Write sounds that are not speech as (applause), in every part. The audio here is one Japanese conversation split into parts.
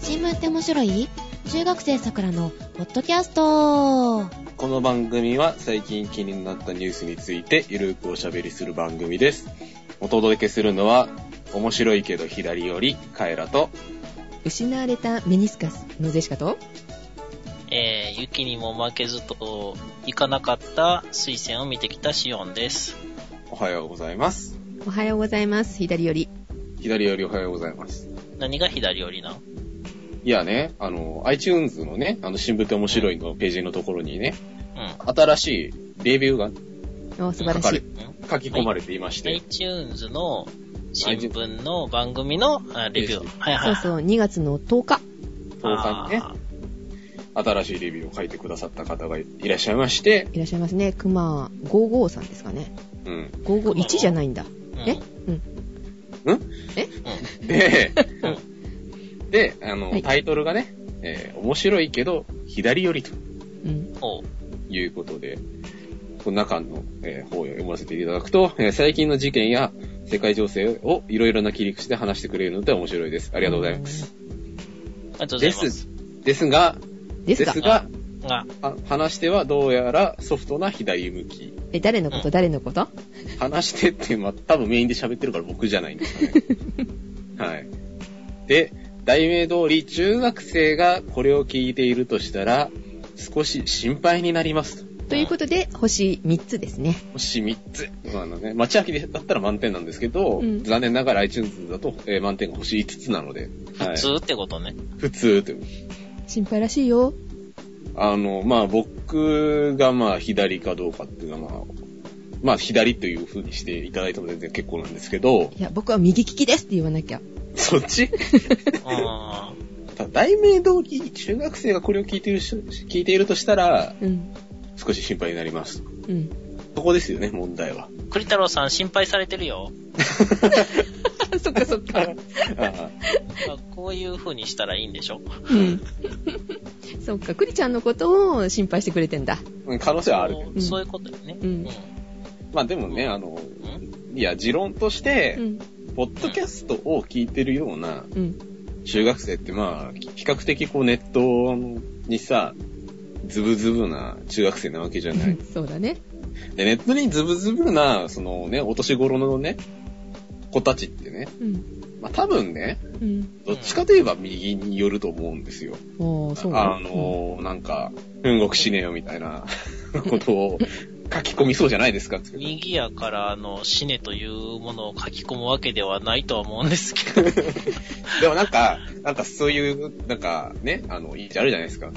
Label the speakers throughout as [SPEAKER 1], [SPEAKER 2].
[SPEAKER 1] 新聞って面白い中学生さくらのポッドキャスト
[SPEAKER 2] この番組は最近気になったニュースについてゆるくおしゃべりする番組です。お届けするのは、面白いけど左より、カエラと、
[SPEAKER 3] 失われたメニスカスのゼシカと、
[SPEAKER 4] えー、雪にも負けずと行かなかった水仙を見てきたシオンです。
[SPEAKER 2] おはようございます。
[SPEAKER 3] おはようございます。左より。
[SPEAKER 2] 左よりおはようございます。
[SPEAKER 4] 何が左寄りなん
[SPEAKER 2] いやね、あの、iTunes のね、あの、新聞って面白いのページのところにね、
[SPEAKER 4] うん。
[SPEAKER 2] 新しいレビューが
[SPEAKER 3] お素晴ら
[SPEAKER 2] 書か
[SPEAKER 3] し
[SPEAKER 2] れ
[SPEAKER 3] い。
[SPEAKER 2] 書き込まれていまして、
[SPEAKER 4] iTunes の新聞の番組のあレビュー。はいは
[SPEAKER 3] そ
[SPEAKER 4] いは
[SPEAKER 3] うそ
[SPEAKER 4] い。
[SPEAKER 3] う、2月の10日。
[SPEAKER 2] 10日にね、
[SPEAKER 4] あ
[SPEAKER 2] 新しいレビューを書いてくださった方がいらっしゃいまして、
[SPEAKER 3] いらっしゃいますね。クマ55さんですかね。
[SPEAKER 2] うん。
[SPEAKER 3] 551じゃないんだ。
[SPEAKER 4] ー。
[SPEAKER 3] え
[SPEAKER 2] で
[SPEAKER 4] う、
[SPEAKER 2] で、あの、
[SPEAKER 3] はい
[SPEAKER 2] タイトルがね、えー面白いけど、左寄りと
[SPEAKER 3] うん。
[SPEAKER 4] うん。おう
[SPEAKER 2] いうことで、この中の、えー方を読ませていただくと、えー最近の事件や世界情勢をいろいろな切り口で話してくれるので面白いです。あ
[SPEAKER 3] あ
[SPEAKER 2] りがとうございます。
[SPEAKER 3] す。
[SPEAKER 4] ありがとうござい
[SPEAKER 2] で
[SPEAKER 4] ます。
[SPEAKER 2] す、ですが、
[SPEAKER 3] で
[SPEAKER 2] ですす
[SPEAKER 3] が、
[SPEAKER 2] が、
[SPEAKER 4] が、
[SPEAKER 2] あ話してはどうやらソフトな左向き。
[SPEAKER 3] え、誰のこと誰のこと
[SPEAKER 2] 話してって、まあ、多分メインで喋ってるから僕じゃないんです
[SPEAKER 3] (laughs)
[SPEAKER 2] かね。はい。で、題名通り、中学生がこれを聞いているとしたら、少し心配になりますと。
[SPEAKER 3] ということで、星3つですね。
[SPEAKER 2] 星3つ。まああのね、町明だったら満点なんですけど、
[SPEAKER 3] うん
[SPEAKER 2] 残念ながら iTunes だと、えー満点が星5つなので、は
[SPEAKER 4] 普
[SPEAKER 2] い、
[SPEAKER 4] 通ってこと (laughs) ね。
[SPEAKER 2] 普通という。
[SPEAKER 3] 心配らしいよ。
[SPEAKER 2] あの、まあ僕がまあ左かどうかっていうのはまあ、まあ左という風にしていただいても全然結構なんですけど、
[SPEAKER 3] いや、僕は右利きですって言わなきゃ。
[SPEAKER 2] そっち
[SPEAKER 4] うん。
[SPEAKER 2] ただ題名通り中学生がこれを聞いているし、聞いているとしたら、
[SPEAKER 3] うん。
[SPEAKER 2] 少し心配になります。
[SPEAKER 3] うん。
[SPEAKER 2] そこですよね、問題は。
[SPEAKER 4] 栗太郎さん心配されてるよ。
[SPEAKER 3] (laughs) そっかそっか。
[SPEAKER 2] あ
[SPEAKER 4] まあこういう風にしたらいいんでしょ
[SPEAKER 3] うん。 (laughs) そっか、クリちゃんのことを心配してくれてんだ。
[SPEAKER 2] あ可能性はあるけど。
[SPEAKER 4] そうそういうことよね。
[SPEAKER 3] うん
[SPEAKER 2] まあでもね、あの、
[SPEAKER 4] うん
[SPEAKER 2] いや、持論として
[SPEAKER 3] う、ん。
[SPEAKER 2] ポッドキャストを聞いてるような
[SPEAKER 3] うん。
[SPEAKER 2] 中学生ってまあ、比較的こうネットにさ、ズブズブな中学生なわけじゃない。
[SPEAKER 3] (laughs) そうだね。
[SPEAKER 2] で、ネットにズブズブな、そのね、お年頃のね、子たちってね、
[SPEAKER 3] うん。
[SPEAKER 2] まあ多分ね、
[SPEAKER 3] うん。
[SPEAKER 2] どっちかといえば右によると思うんですよ。
[SPEAKER 3] おー、そうな
[SPEAKER 2] あのー、なんか、うんごくしねえよみた
[SPEAKER 3] (laughs)
[SPEAKER 2] いなことを書き込みそうじゃないですかっていう。
[SPEAKER 4] 右やから、あの、死ねというものを書き込むわけではないとは思うんで
[SPEAKER 2] (laughs)
[SPEAKER 4] すけど。
[SPEAKER 2] でもなんか、なんかそういう、なんかね、あの、いいじゃあるじゃないですか。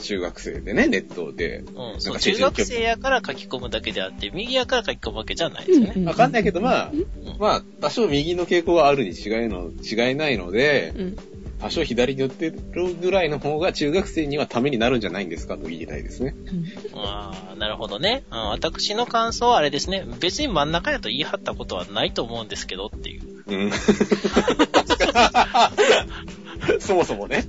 [SPEAKER 2] 中学生でね、ネットで。
[SPEAKER 4] うん、
[SPEAKER 2] な
[SPEAKER 4] そ
[SPEAKER 2] んか
[SPEAKER 4] う、
[SPEAKER 2] 成人教
[SPEAKER 4] 中
[SPEAKER 2] 育
[SPEAKER 4] 学生やから書き込むだけであって、右やから書き込むわけじゃないですよね。
[SPEAKER 3] うん
[SPEAKER 2] わかんないけど、まあ、まあ、多少右の傾向はあるに違いの、違いないので、
[SPEAKER 3] うん。
[SPEAKER 2] 多少左に寄ってるぐらいの方が中学生にはためになるんじゃないんですかと言いたいですね。
[SPEAKER 4] ああ、なるほどね、うん。私の感想はあれですね。別に真ん中やと言い張ったことはないと思うんですけどっていう。
[SPEAKER 3] (laughs)
[SPEAKER 2] うん。 (laughs) そもそもね。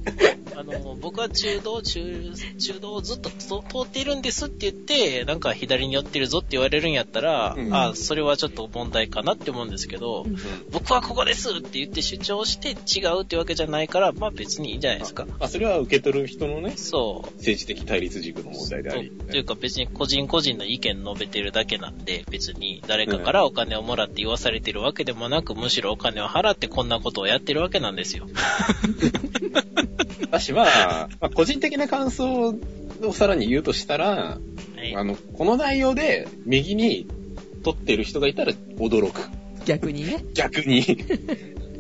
[SPEAKER 4] あの、僕は中道、中、中道をずっとと通っているんですって言って、なんか左に寄ってるぞって言われるんやったら、
[SPEAKER 2] うん
[SPEAKER 4] ああ、それはちょっと問題かなって思うんですけど、
[SPEAKER 3] うん
[SPEAKER 4] 僕はここですって言って主張して違うってわけじゃないから、まあ別にいいんじゃないですか。
[SPEAKER 2] あ、それは受け取る人のね、
[SPEAKER 4] そう。
[SPEAKER 2] 政治的対立軸の問題であり。
[SPEAKER 4] とというか別に個人個人の意見述べてるだけなんで、別に誰かからお金をもらって言わされてるわけでもなく、むしろお金を払ってこんなことをやってるわけなんですよ。
[SPEAKER 2] 私は、まあ、個人的な感想をさらに言うとしたら、
[SPEAKER 4] はい
[SPEAKER 2] あの、この内容で右に取ってる人がいたら驚く。
[SPEAKER 3] 逆にね。
[SPEAKER 2] 逆に、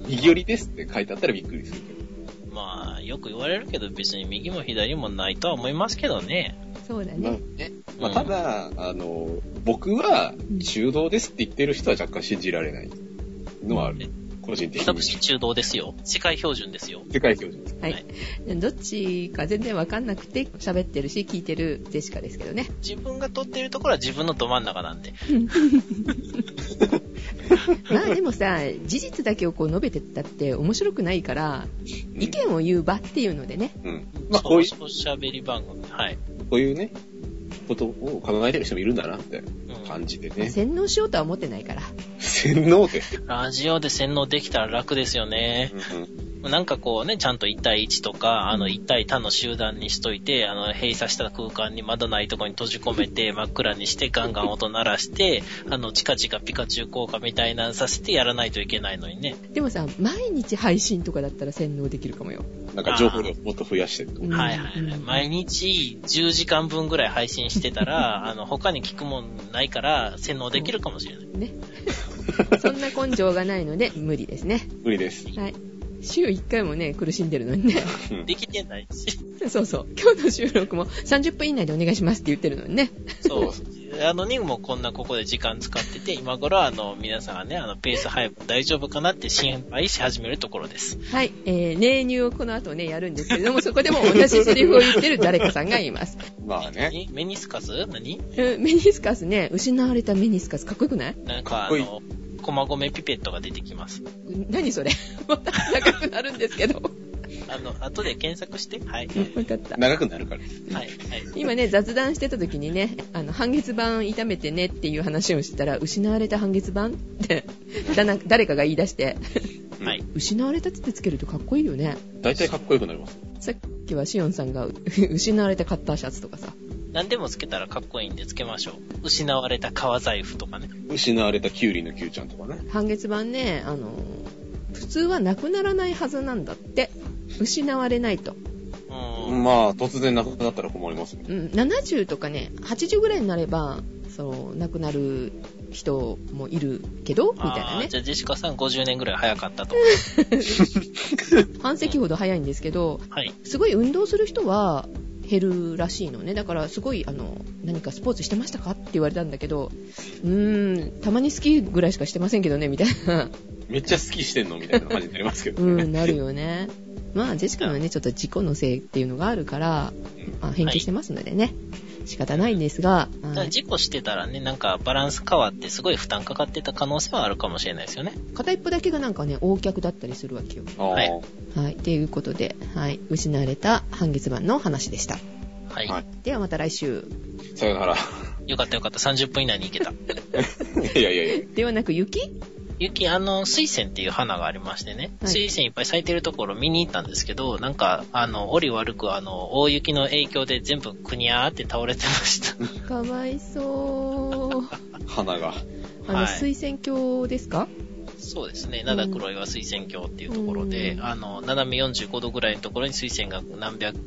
[SPEAKER 2] 右寄りですって書いてあったらびっくりするけど。
[SPEAKER 4] まあ、よく言われるけど別に右も左もないとは思いますけどね。
[SPEAKER 3] そうだ
[SPEAKER 2] まあ
[SPEAKER 3] ね。
[SPEAKER 2] ねまあ、ただ、あの、僕は中道ですって言ってる人は若干信じられないのはある。個人的
[SPEAKER 4] 私
[SPEAKER 2] に。
[SPEAKER 4] 中道ですよ。世界標準ですよ。
[SPEAKER 2] 世界標準です。
[SPEAKER 3] はい。どっちか全然わかんなくて、喋ってるし、聞いてるジェシカですけ
[SPEAKER 2] (laughs)
[SPEAKER 3] どね。
[SPEAKER 4] 自分が取ってるところは自分のど真ん中なんで。
[SPEAKER 3] まあでもさ、事実だけをこう述べてったって面白くないから、意見を言う場っていうのでね。
[SPEAKER 2] うん。まあ、こうい
[SPEAKER 4] そうおしゃべり番組。はい。
[SPEAKER 2] う、こういうね、ことを考えてる人もいるんだなって
[SPEAKER 4] うん
[SPEAKER 2] 感じで
[SPEAKER 3] まあ
[SPEAKER 2] ね。
[SPEAKER 3] 洗脳しようとは思ってないから。
[SPEAKER 2] 洗脳って。
[SPEAKER 4] ラジオで洗脳できたら楽ですよね。
[SPEAKER 2] うん
[SPEAKER 4] なんかこうね、ちゃんと1対1とか、あの1対他の集団にしといて、あの閉鎖した空間に窓ないとこに閉じ込めて、真っ暗にしてガンガン音鳴らして、あのチカチカピカチュウ効果みたいなんさせてやらないといけないのにね。
[SPEAKER 3] でもさ毎日配信とかだったら洗脳できるかもよ
[SPEAKER 2] なんか情報量もっと増やしてってこと
[SPEAKER 3] うん
[SPEAKER 4] はいはいはい。毎日10時間分ぐらい配信してたら、あの他に聞くもんないから洗脳できるかもしれない。
[SPEAKER 3] ねそんな根性がないので無理ですね
[SPEAKER 2] 無理です。
[SPEAKER 3] はい週1回もね苦しんでるのにね (laughs)
[SPEAKER 2] うん
[SPEAKER 4] できてないし。
[SPEAKER 3] そうそう今日の収録も30分以内でお願いしますって言ってるのにね
[SPEAKER 4] そう。あのにもこんなここで時間使ってて、今頃あの皆さんがね、あのペース配分大丈夫かなって心配し始めるところです。
[SPEAKER 3] はい、えー、練乳をこの後ねやるんですけれ
[SPEAKER 4] (laughs)
[SPEAKER 3] どもそこでも同じセリフを言ってる誰かさんがいます
[SPEAKER 2] まあね。
[SPEAKER 4] 何メニスカス何
[SPEAKER 3] うんメニスカスね失われたメニスカスかっこよくない
[SPEAKER 4] なんかあ
[SPEAKER 2] かっ
[SPEAKER 4] の、駒込ピペットが出てきます。
[SPEAKER 3] 何それ (laughs) また長くなるんです
[SPEAKER 4] (laughs)
[SPEAKER 3] けど
[SPEAKER 4] あの、後で検索して。はい。
[SPEAKER 3] 分かった
[SPEAKER 2] 長くなるからです。
[SPEAKER 4] はい。はい。
[SPEAKER 3] 今ね、雑談してた時にね、あの、半月板痛めてねっていう話をしてたら、失われた半月板って、 (laughs) だな、誰かが言い出して、 (laughs)
[SPEAKER 2] うん
[SPEAKER 4] はい。
[SPEAKER 3] 失われたってつけるとかっこいいよね。
[SPEAKER 2] 大体かっこよくなります。
[SPEAKER 3] さっきはシオンさんが、う (laughs) 失われたカッターシャツとかさ。
[SPEAKER 4] 何でもつけたらかっこいいんでつけましょう。失われた革財布とかね。
[SPEAKER 2] 失われたキュウリのキュウちゃんとかね。
[SPEAKER 3] 半月板ね、あの、普通はなくならないはずなんだって。失われないと。
[SPEAKER 4] うーん。
[SPEAKER 2] まあ、突然なくなったら困りますね。
[SPEAKER 3] うん、70とかね、80ぐらいになれば、その、亡くなる人もいるけど、みたいな
[SPEAKER 4] あー
[SPEAKER 3] ね
[SPEAKER 4] じ。ゃあジェシカさん50年ぐらい早かったと。
[SPEAKER 3] 半世紀ほど早いんですけど、
[SPEAKER 4] はい。
[SPEAKER 3] すごい運動する人は減るらしいのねだからすごいあの何かスポーツしてましたかって言われたんだけどうーんたまにスキーぐらいしかしてませんけどねみたい (laughs) な
[SPEAKER 2] めっちゃ好きしてんのみたいな感じになりますけど
[SPEAKER 3] う
[SPEAKER 2] ね。
[SPEAKER 3] んなるよねまあジェシカはねちょっと自己のせいっていうのがあるから、まあ、偏見してますのでね、仕方ないんですが、
[SPEAKER 4] た
[SPEAKER 3] は
[SPEAKER 4] だ
[SPEAKER 3] い
[SPEAKER 4] 事故してたらね、なんかバランス変わってすごい負担かかってた可能性はあるかもしれないですよね。
[SPEAKER 3] 片一方だけがなんかね大脚だったりするわけよ
[SPEAKER 2] ああ、
[SPEAKER 4] はい
[SPEAKER 3] はいということで、はい、失われた半月板の話でした
[SPEAKER 4] はい。
[SPEAKER 2] はい
[SPEAKER 3] ではまた来週
[SPEAKER 2] さよなら。 (laughs)
[SPEAKER 4] よかったよかった。30分以内に行け
[SPEAKER 3] (laughs)
[SPEAKER 4] た。
[SPEAKER 2] いやいやいや。
[SPEAKER 3] ではなく雪
[SPEAKER 4] 雪、あの、水仙っていう花がありましてね、
[SPEAKER 3] はい
[SPEAKER 4] 水仙いっぱい咲いてるところ見に行ったんですけど、なんか、あの、折り悪く、あの、大雪の影響で全部くにゃーって倒れてました。
[SPEAKER 3] かわいそう
[SPEAKER 2] 花が。
[SPEAKER 3] あの、
[SPEAKER 4] はい
[SPEAKER 3] 水仙橋ですか
[SPEAKER 4] そうですね、灘黒岩水仙峡っていうところで、
[SPEAKER 3] うん
[SPEAKER 4] あの、斜め45度ぐらいのところに水仙が何百、ん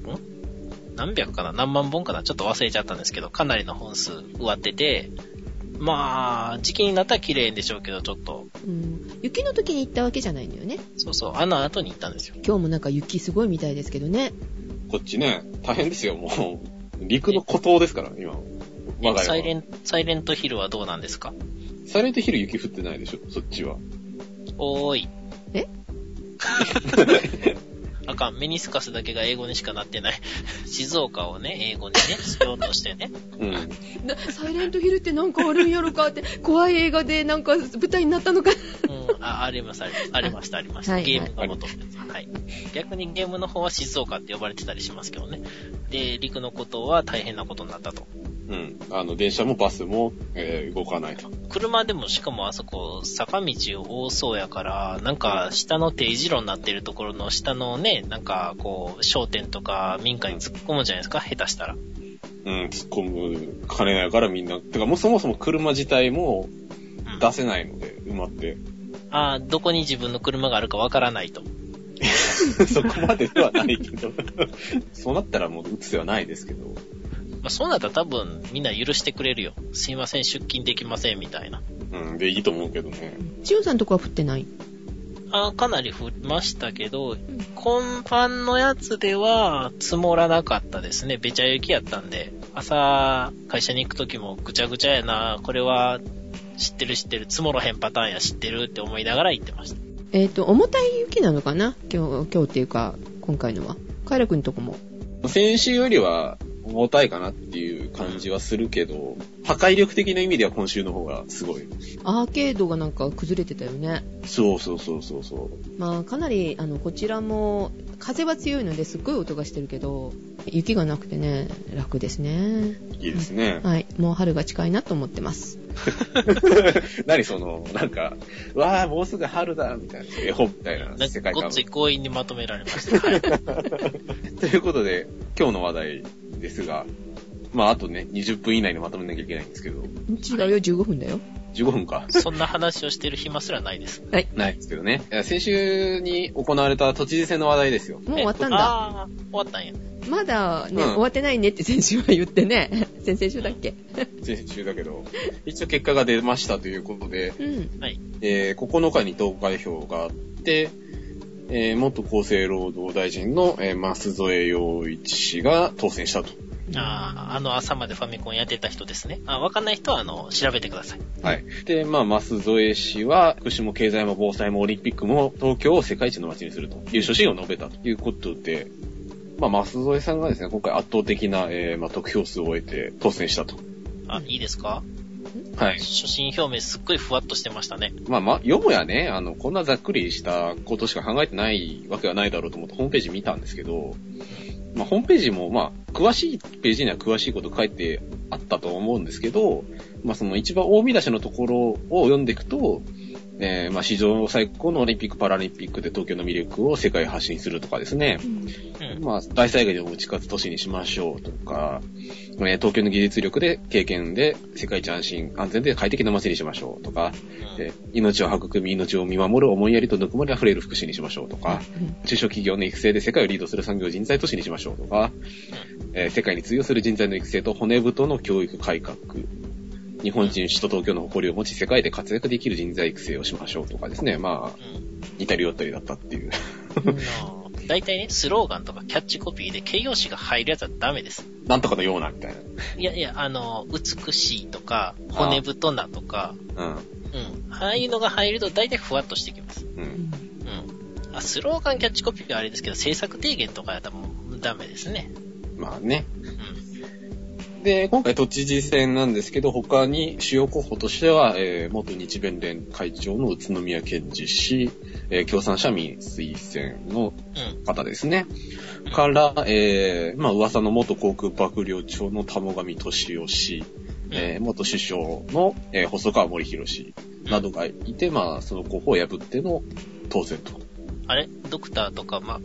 [SPEAKER 4] 何百かな何万本かなちょっと忘れちゃったんですけど、かなりの本数植わってて、まあ、時期になったら綺麗でしょうけど、ちょっと、
[SPEAKER 3] うん。雪の時に行ったわけじゃないんだよね。
[SPEAKER 4] そうそう、あの後に行ったんですよ。
[SPEAKER 3] 今日もなんか雪すごいみたいですけどね。
[SPEAKER 2] こっちね、大変ですよ、もう。陸の孤島ですから、今。我が家は。
[SPEAKER 4] サイレン、サイレントヒルはどうなんですか
[SPEAKER 2] サイレントヒル雪降ってないでしょ、そっちは。
[SPEAKER 4] おーい。
[SPEAKER 3] え
[SPEAKER 4] (laughs) あかん、メニスカスだけが英語にしかなってない。 (laughs) 静岡をね、英語にね、しようとし
[SPEAKER 3] (laughs)
[SPEAKER 4] てね。
[SPEAKER 2] うん。
[SPEAKER 3] なサイレントヒルってなんかあるんやろかって、 (laughs) 怖い映画でなんか舞台になったのか。
[SPEAKER 4] うん、あ、あります、あります、ありました、ありまし
[SPEAKER 3] は
[SPEAKER 4] た。
[SPEAKER 3] い
[SPEAKER 4] ゲームの元です。はい。逆にゲームの方は静岡って呼ばれてたりしますけどね。で、陸のことは大変なことになったと。
[SPEAKER 2] うん。あの、電車もバスも、えー動かないと。
[SPEAKER 4] 車でもしかもあそこ、坂道多そうやから、なんか下の定時路になってるところの下のね、なんかこう、商店とか民家に突っ込むんじゃないですか、下手したら。
[SPEAKER 2] うん、突っ込む金やからみんな。てか、もうそもそも車自体も
[SPEAKER 4] うん
[SPEAKER 2] 出せないので、埋まって。 (laughs)
[SPEAKER 4] あーどこに自分の車があるかわからないと。
[SPEAKER 2] そこまでではないけど。 (laughs) そうなったらもう打つではないですけど。
[SPEAKER 4] まあ、そうなったら多分みんな許してくれるよ。すいません、出勤できません、みたいな。
[SPEAKER 2] うん、で、いいと思うけどね。
[SPEAKER 3] しおんさんとこは降ってない。
[SPEAKER 4] あーかなり降りましたけど、今晩のやつでは積もらなかったですね。べちゃ雪やったんで。朝、会社に行く時もぐちゃぐちゃやな。これは知ってる知ってる。積もらへんパターンや知ってるって思いながら行ってました。
[SPEAKER 3] えっ、と、重たい雪なのかな今日、今日っていうか、今回のは。カイラ君とこも。
[SPEAKER 2] 先週よりは重たいかなっていう感じはするけど、破壊力的な意味では今週の方がすごい。
[SPEAKER 3] アーケードがなんか崩れてたよね。
[SPEAKER 2] そうそうそうそうそう。
[SPEAKER 3] まあ、かなり、あの、こちらも、風は強いのですっごい音がしてるけど、雪がなくてね、楽ですね。
[SPEAKER 2] いいですね。
[SPEAKER 3] はい、もう春が近いなと思ってます。
[SPEAKER 2] (laughs) 何その、なんか、わあ、もうすぐ春だ、みたいな、絵本みたいな
[SPEAKER 4] なん
[SPEAKER 2] 世
[SPEAKER 4] か
[SPEAKER 2] 界
[SPEAKER 4] ご
[SPEAKER 2] 観
[SPEAKER 4] っ。つい強引にまとめられました。はい。
[SPEAKER 2] (laughs) ということで、今日の話題ですが、まあ、あとね、20分以内にまとめなきゃいけないんですけど、
[SPEAKER 3] 違うよ、15分だよ。
[SPEAKER 2] 15分か。 (laughs)
[SPEAKER 4] そんな話をしてる暇すらないです。
[SPEAKER 2] ないですけどね。いや先週に行われた都知事選の話題ですよ。
[SPEAKER 3] もう終わったんだ。
[SPEAKER 4] えああ、終わったんや。
[SPEAKER 3] まだね、
[SPEAKER 2] うん
[SPEAKER 3] 終わってないねって先週は言ってね。 (laughs) 先々週だっけ
[SPEAKER 2] 先週だけど、一応結果が出ましたということで、
[SPEAKER 3] うん。
[SPEAKER 4] はい。
[SPEAKER 2] えー9日に投開票があって、えー元厚生労働大臣の、えー、舛添洋一氏が当選したと。
[SPEAKER 4] ああ、あの朝までファミコンやってた人ですね。あわかんない人は、あの、調べてください。
[SPEAKER 2] はい。で、まあ、舛添氏は、福祉も経済も防災もオリンピックも東京を世界一の街にするという初心を述べたということで、まあ、舛添さんがですね、今回圧倒的な、えーまあ、得票数を得て当選したと。
[SPEAKER 4] あ、いいですか
[SPEAKER 2] はい。
[SPEAKER 4] 初心表明すっごいふわっとしてましたね。
[SPEAKER 2] まあまあ、よもやね、あの、こんなざっくりしたことしか考えてないわけはないだろうと思ってホームページ見たんですけど、まあホームページもまあ、詳しいページには詳しいこと書いてあったと思うんですけど、まあその一番大見出しのところを読んでいくと、えーまあ史上最高のオリンピック・パラリンピックで東京の魅力を世界へ発信するとかですね、
[SPEAKER 4] うん。
[SPEAKER 2] まあ大災害でも打ち勝つ都市にしましょうとか、えー東京の技術力で経験で世界一安心安全で快適な街にしましょうとか、
[SPEAKER 4] うん
[SPEAKER 2] で命を育み、命を見守る思いやりとぬくもり溢れる福祉にしましょうとか、
[SPEAKER 3] うん
[SPEAKER 2] 中小企業の育成で世界をリードする産業人材都市にしましょうとか、えー世界に通用する人材の育成と骨太の教育改革、日本人首都東京の誇りを持ち世界で活躍できる人材育成をしましょうとかですね、まあ、
[SPEAKER 4] うん
[SPEAKER 2] 似たり寄ったりだったっていう。
[SPEAKER 3] うん
[SPEAKER 4] あの大体ね、スローガンとかキャッチコピーで形容詞が入るやつはダメです。
[SPEAKER 2] なんとかのような、みたい
[SPEAKER 4] いやいや、あの、美しいとか、骨太なとか、
[SPEAKER 2] な。
[SPEAKER 4] うん。ああいうのが入ると大体ふわっとしてきます。
[SPEAKER 2] うん。うん。
[SPEAKER 4] うん。あ、スローガンキャッチコピーはあれですけど、政策提言とかやったらもうダメですね。
[SPEAKER 2] まあね。
[SPEAKER 4] うん。
[SPEAKER 2] で、今回都知事選なんですけど、他に主要候補としては、えー元日弁連会長の宇都宮健治氏、えー共産社民推薦の
[SPEAKER 4] うん。
[SPEAKER 2] 方ですね。から、えーまあ噂の元航空幕僚長の玉上俊夫氏、えー元首相の、えー細川森博氏などがいて、まあその候補を破っての当選と。
[SPEAKER 4] あれドクターとか、ま、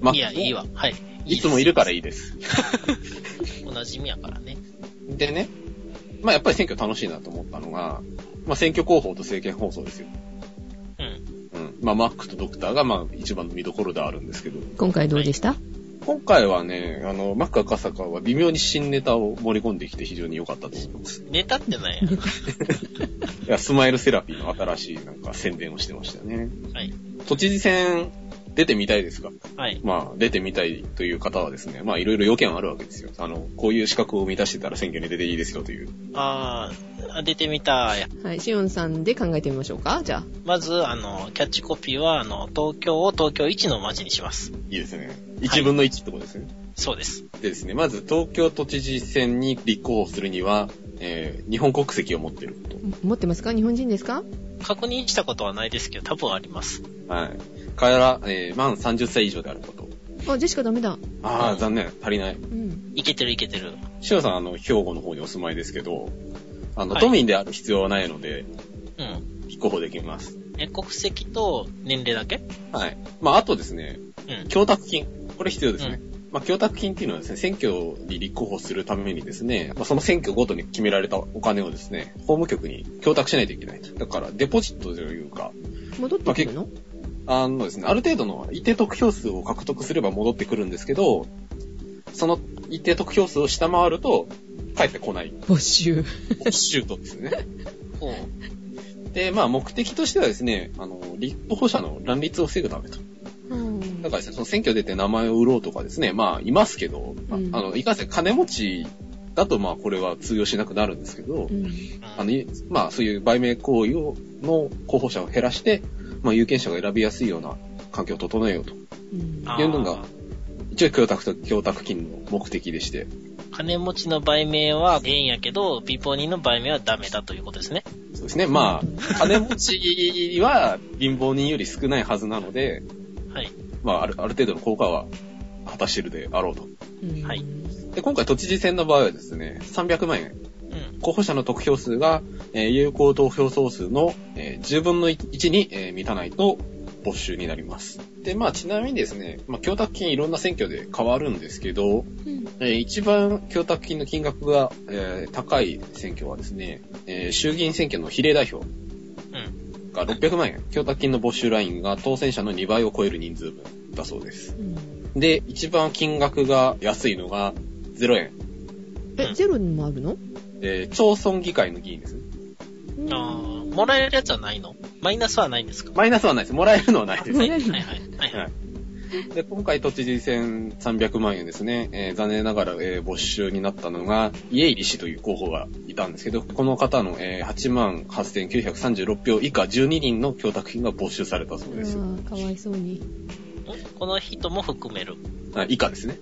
[SPEAKER 2] まあ
[SPEAKER 4] いや、いいわ。はい。
[SPEAKER 2] いつもいるから
[SPEAKER 4] い
[SPEAKER 2] いいです。
[SPEAKER 4] です。おなじみやからね。
[SPEAKER 2] でね、まあやっぱり選挙楽しいなと思ったのが、まあ選挙広報と政見放送ですよ。
[SPEAKER 4] うん。
[SPEAKER 2] うん。まあ、マックとドクターが、まあ、一番の見どころであるんですけど、
[SPEAKER 3] 今回どうでした、
[SPEAKER 2] 今回はね、あの、マック赤坂は微妙に新ネタを盛り込んできて非常に良かったと思います。
[SPEAKER 4] ネタってない
[SPEAKER 2] (laughs) いや、スマイルセラピーの新しいなんか宣伝をしてましたよね。
[SPEAKER 4] や。はい。
[SPEAKER 2] 都知事選、出てみたいですか
[SPEAKER 4] はい。
[SPEAKER 2] まあ、出てみたいという方はですね、まあ、いろいろ要件あるわけですよ。あの、こういう資格を満たしてたら選挙に出ていいですよという。
[SPEAKER 4] あー、出てみたい。
[SPEAKER 3] はい、シオンさんで考えてみましょうか。じゃあ。
[SPEAKER 4] まず、あの、キャッチコピーは、あの、東京を東京一の街にします。
[SPEAKER 2] いいですね。1分の1ってことですね。
[SPEAKER 4] そうです。
[SPEAKER 2] でですね、まず東京都知事選に立候補するには、えー、日本国籍を持ってること。
[SPEAKER 3] 持ってますか日本人ですか
[SPEAKER 4] 確認したことはないですけど、多分あります。
[SPEAKER 2] はい。から、えー、満30歳以上であること。
[SPEAKER 3] あ、ジェシカダメだ。
[SPEAKER 2] ああ、残念。足りない。
[SPEAKER 3] うん。
[SPEAKER 4] いけてるいけてる。
[SPEAKER 2] シロさん、あの、兵庫の方にお住まいですけど、あの、
[SPEAKER 4] はい
[SPEAKER 2] 都民である必要はないので、
[SPEAKER 4] うん。
[SPEAKER 2] 立候補できます。
[SPEAKER 4] え、国籍と年齢だけ
[SPEAKER 2] はい。まあ、あとですね、
[SPEAKER 4] うん。
[SPEAKER 2] 供託金。これ必要ですね。まあ、供託金っていうのはですね、選挙に立候補するためにですね、まあ、その選挙ごとに決められたお金をですね、法務局に供託しないといけないと。だから、デポジットというか、
[SPEAKER 3] 戻ってくるの
[SPEAKER 2] あのですね、ある程度の一定得票数を獲得すれば戻ってくるんですけど、その一定得票数を下回ると、帰ってこない。
[SPEAKER 3] 募集。
[SPEAKER 2] シュートですね。 (laughs)
[SPEAKER 4] ほう。
[SPEAKER 2] で、まあ目的としてはですね、あの、立候補者の乱立を防ぐためと。
[SPEAKER 3] うん
[SPEAKER 2] だからですね、その選挙出て名前を売ろうとかですね、まあいますけど、まあ
[SPEAKER 3] うん
[SPEAKER 2] あの、いかんせん金持ちだとまあこれは通用しなくなるんですけど、
[SPEAKER 3] うん。
[SPEAKER 2] あ
[SPEAKER 4] あ
[SPEAKER 2] の、いまあそういう売名行為を、の候補者を減らして、まあ有権者が選びやすいような環境を整えようと。
[SPEAKER 3] うん
[SPEAKER 2] 言うのが一応、供託と、供託金の目的でして。
[SPEAKER 4] 金持ちの売名はええんやけど、貧乏人の売名はダメだということですね。
[SPEAKER 2] そうですね。まあ、金持ちは貧乏人より少ないはずなので、
[SPEAKER 4] はい。
[SPEAKER 2] まあ、ある、ある程度の効果は果たしてるであろうと。
[SPEAKER 3] うん
[SPEAKER 4] はい
[SPEAKER 2] で、今回都知事選の場合はですね、300万円
[SPEAKER 4] うん。
[SPEAKER 2] 候補者の得票数が、えー有効投票総数の、えー10分の1に、えー満たないと没収になります。で、まあちなみにですね、まあ供託金いろんな選挙で変わるんですけど、
[SPEAKER 1] うん
[SPEAKER 2] えー一番供託金の金額が、えー高い選挙はですね、えー衆議院選挙の比例代表
[SPEAKER 4] うん。
[SPEAKER 2] が600万円、供託金の没収ラインが当選者の2倍を超える人数分だそうです。
[SPEAKER 3] うん
[SPEAKER 2] で、一番金額が安いのが0円。
[SPEAKER 3] え、ゼロにもあるの
[SPEAKER 2] えー町村議会の議員ですね。
[SPEAKER 4] あーもらえるやつはないのマイナスはないんですか
[SPEAKER 2] マイナスはないです。もらえるのはないです。
[SPEAKER 3] も
[SPEAKER 4] は
[SPEAKER 2] はい
[SPEAKER 3] ら
[SPEAKER 2] い。
[SPEAKER 4] は
[SPEAKER 3] え
[SPEAKER 4] い
[SPEAKER 3] るの
[SPEAKER 4] はいはい。
[SPEAKER 2] で、今回都知事選300万円ですね。えー残念ながら、えー没収になったのが、家入氏という候補がいたんですけど、この方の、え8万8936票以下12人の供託金が没収されたそうです。
[SPEAKER 3] あーかわいそうに。
[SPEAKER 4] んこの人も含める。
[SPEAKER 2] あ以下ですね。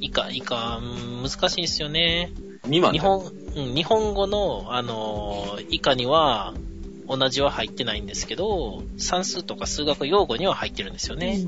[SPEAKER 4] 以下、以下、うん難しいんですよね。
[SPEAKER 2] 2万
[SPEAKER 4] 日本、うん、日本語の、あのー以下には、同じは入ってないんですけど、算数とか数学用語には入ってるんですよね。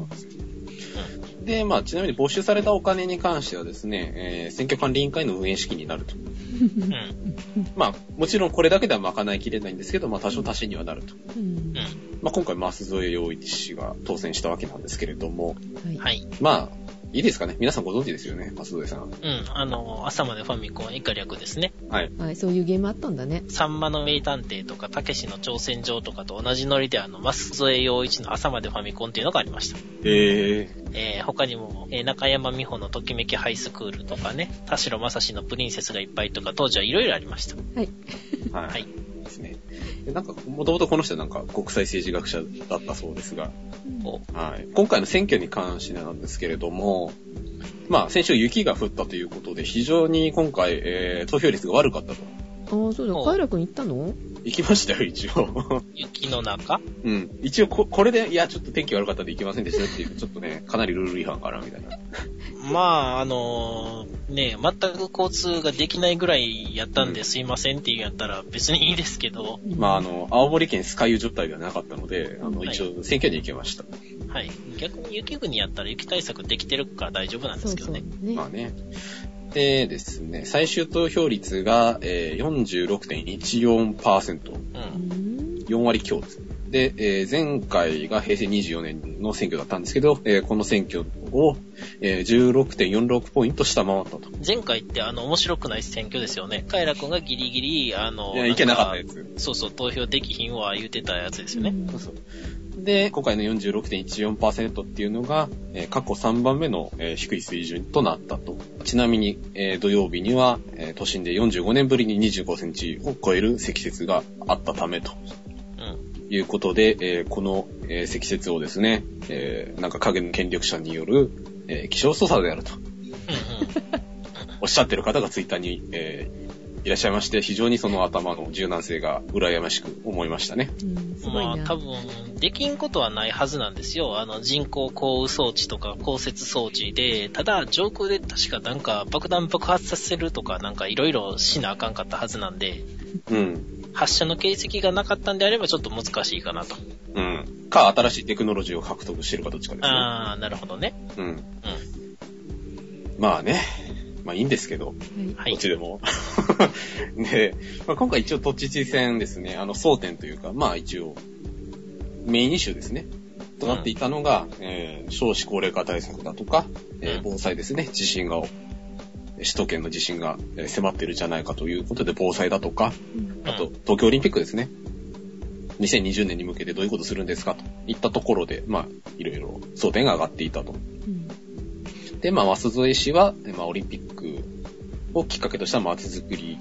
[SPEAKER 2] で、まあ、ちなみに没収されたお金に関してはですね、えー選挙管理委員会の運営資金になると。
[SPEAKER 4] うん。うん。
[SPEAKER 2] まあ、もちろんこれだけでは賄いきれないんですけど、まあ、多少足しにはなると。
[SPEAKER 3] うん
[SPEAKER 4] う
[SPEAKER 2] まあ、今回、舛添洋一氏が当選したわけなんですけれども、
[SPEAKER 3] はい
[SPEAKER 4] ん。はい。
[SPEAKER 2] まあ、いいですかね。皆さんご存知ですよね、舛添さん。
[SPEAKER 4] うん。あのー朝までファミコン以下略ですね。
[SPEAKER 2] はい。
[SPEAKER 3] はい、そういうゲームあったんだね。
[SPEAKER 4] さんまの名探偵とか、たけしの挑戦状とかと同じノリで、あの、舛添洋一の朝までファミコンっていうのがありました。
[SPEAKER 2] え
[SPEAKER 4] えー他にも、えー中山美穂のときめきハイスクールとかね、田代正史のプリンセスがいっぱいとか、当時はいろいろありました。
[SPEAKER 3] はい。
[SPEAKER 2] ー。はい。
[SPEAKER 4] はい
[SPEAKER 2] ですね。でなんか、もともとこの人はなんか国際政治学者だったそうですが、
[SPEAKER 4] こ
[SPEAKER 2] はい。今回の選挙に関してなんですけれども、まあ、先週雪が降ったということで、非常に今回、えー投票率が悪かったと。
[SPEAKER 3] ああ、そうだ、
[SPEAKER 4] お
[SPEAKER 3] カイラ君行ったの
[SPEAKER 2] 行きましたよ、一応。 (laughs)
[SPEAKER 4] う雪の中
[SPEAKER 2] うん。一応こ、これで、いや、ちょっと天気悪かったんで行きませんでしたっていう、ちょっとね、かなりルール違反かな、みたいな。
[SPEAKER 4] まあ、あのーね、全く交通ができないぐらいやったんですいませんっていうんやったら別にいいですけど、
[SPEAKER 2] まあ、あの、青森県酸ヶ湯状態ではなかったので、あの、
[SPEAKER 4] はい
[SPEAKER 2] 一応、選挙に行きました。
[SPEAKER 4] はい。逆に雪国やったら雪対策できてるから大丈夫なんですけどね。
[SPEAKER 3] そうそうね
[SPEAKER 2] まあね。でですね、最終投票率が、えー、46.14%。
[SPEAKER 4] う。
[SPEAKER 3] うんん
[SPEAKER 2] 4割強です。で、えー前回が平成24年の選挙だったんですけど、えーこの選挙を、えー16.46ポイント下回ったと。
[SPEAKER 4] 前回ってあの、面白くない選挙ですよね。カイラ君がギリギリ、あの
[SPEAKER 2] いや、いけなかったやつ。
[SPEAKER 4] そうそう、投票できひんわ言うてたやつですよね。
[SPEAKER 2] そうそう。で、今回の46.14%っていうのが、えー過去3番目の、えー低い水準となったと。ちなみに、えー土曜日には、えー都心で45年ぶりに25センチを超える積雪があったためと。
[SPEAKER 4] うん。
[SPEAKER 2] いうことで、えーこの、えー積雪をですね、えーなんか影の権力者による、えー気象操作であると
[SPEAKER 4] うんうん。
[SPEAKER 2] おっしゃってる方がツイッターに、えーいらっしゃいまして、非常にその頭の柔軟性が羨ましく思いましたね。
[SPEAKER 3] うんすごい
[SPEAKER 4] ま
[SPEAKER 3] な。
[SPEAKER 4] あ多分、できんことはないはずなんですよ。あの、人工降雨装置とか降雪装置で、ただ上空で確かなんか爆弾爆発させるとかなんかいろいろしなあかんかったはずなんで、
[SPEAKER 2] うん。
[SPEAKER 4] 発射の形跡がなかったんであればちょっと難しいかなと。
[SPEAKER 2] うん。か、新しいテクノロジーを獲得してるかどっちかですね。
[SPEAKER 4] あー、なるほどね。
[SPEAKER 2] うん。
[SPEAKER 4] う
[SPEAKER 2] まあね。まあいいんですけど、
[SPEAKER 3] はい
[SPEAKER 4] ん。は
[SPEAKER 2] ど
[SPEAKER 4] い
[SPEAKER 2] っ。ちでも。 (laughs) で、まあ、今回一応都知事選ですね、あの争点というか、まあ一応、メインイシューですね。となっていたのが、えー少子高齢化対策だとか、えー
[SPEAKER 4] うん
[SPEAKER 2] 防災ですね、地震が、首都圏の地震がえー迫ってるじゃないかということで防災だとか、
[SPEAKER 3] うん
[SPEAKER 2] あと、東京オリンピックですね。2020年に向けてどういうことするんですかといったところで、まあ、いろいろ争点が上がっていたと。
[SPEAKER 3] うん
[SPEAKER 2] で、まあ、舛添氏は、えまあ、オリンピックをきっかけとした街づくり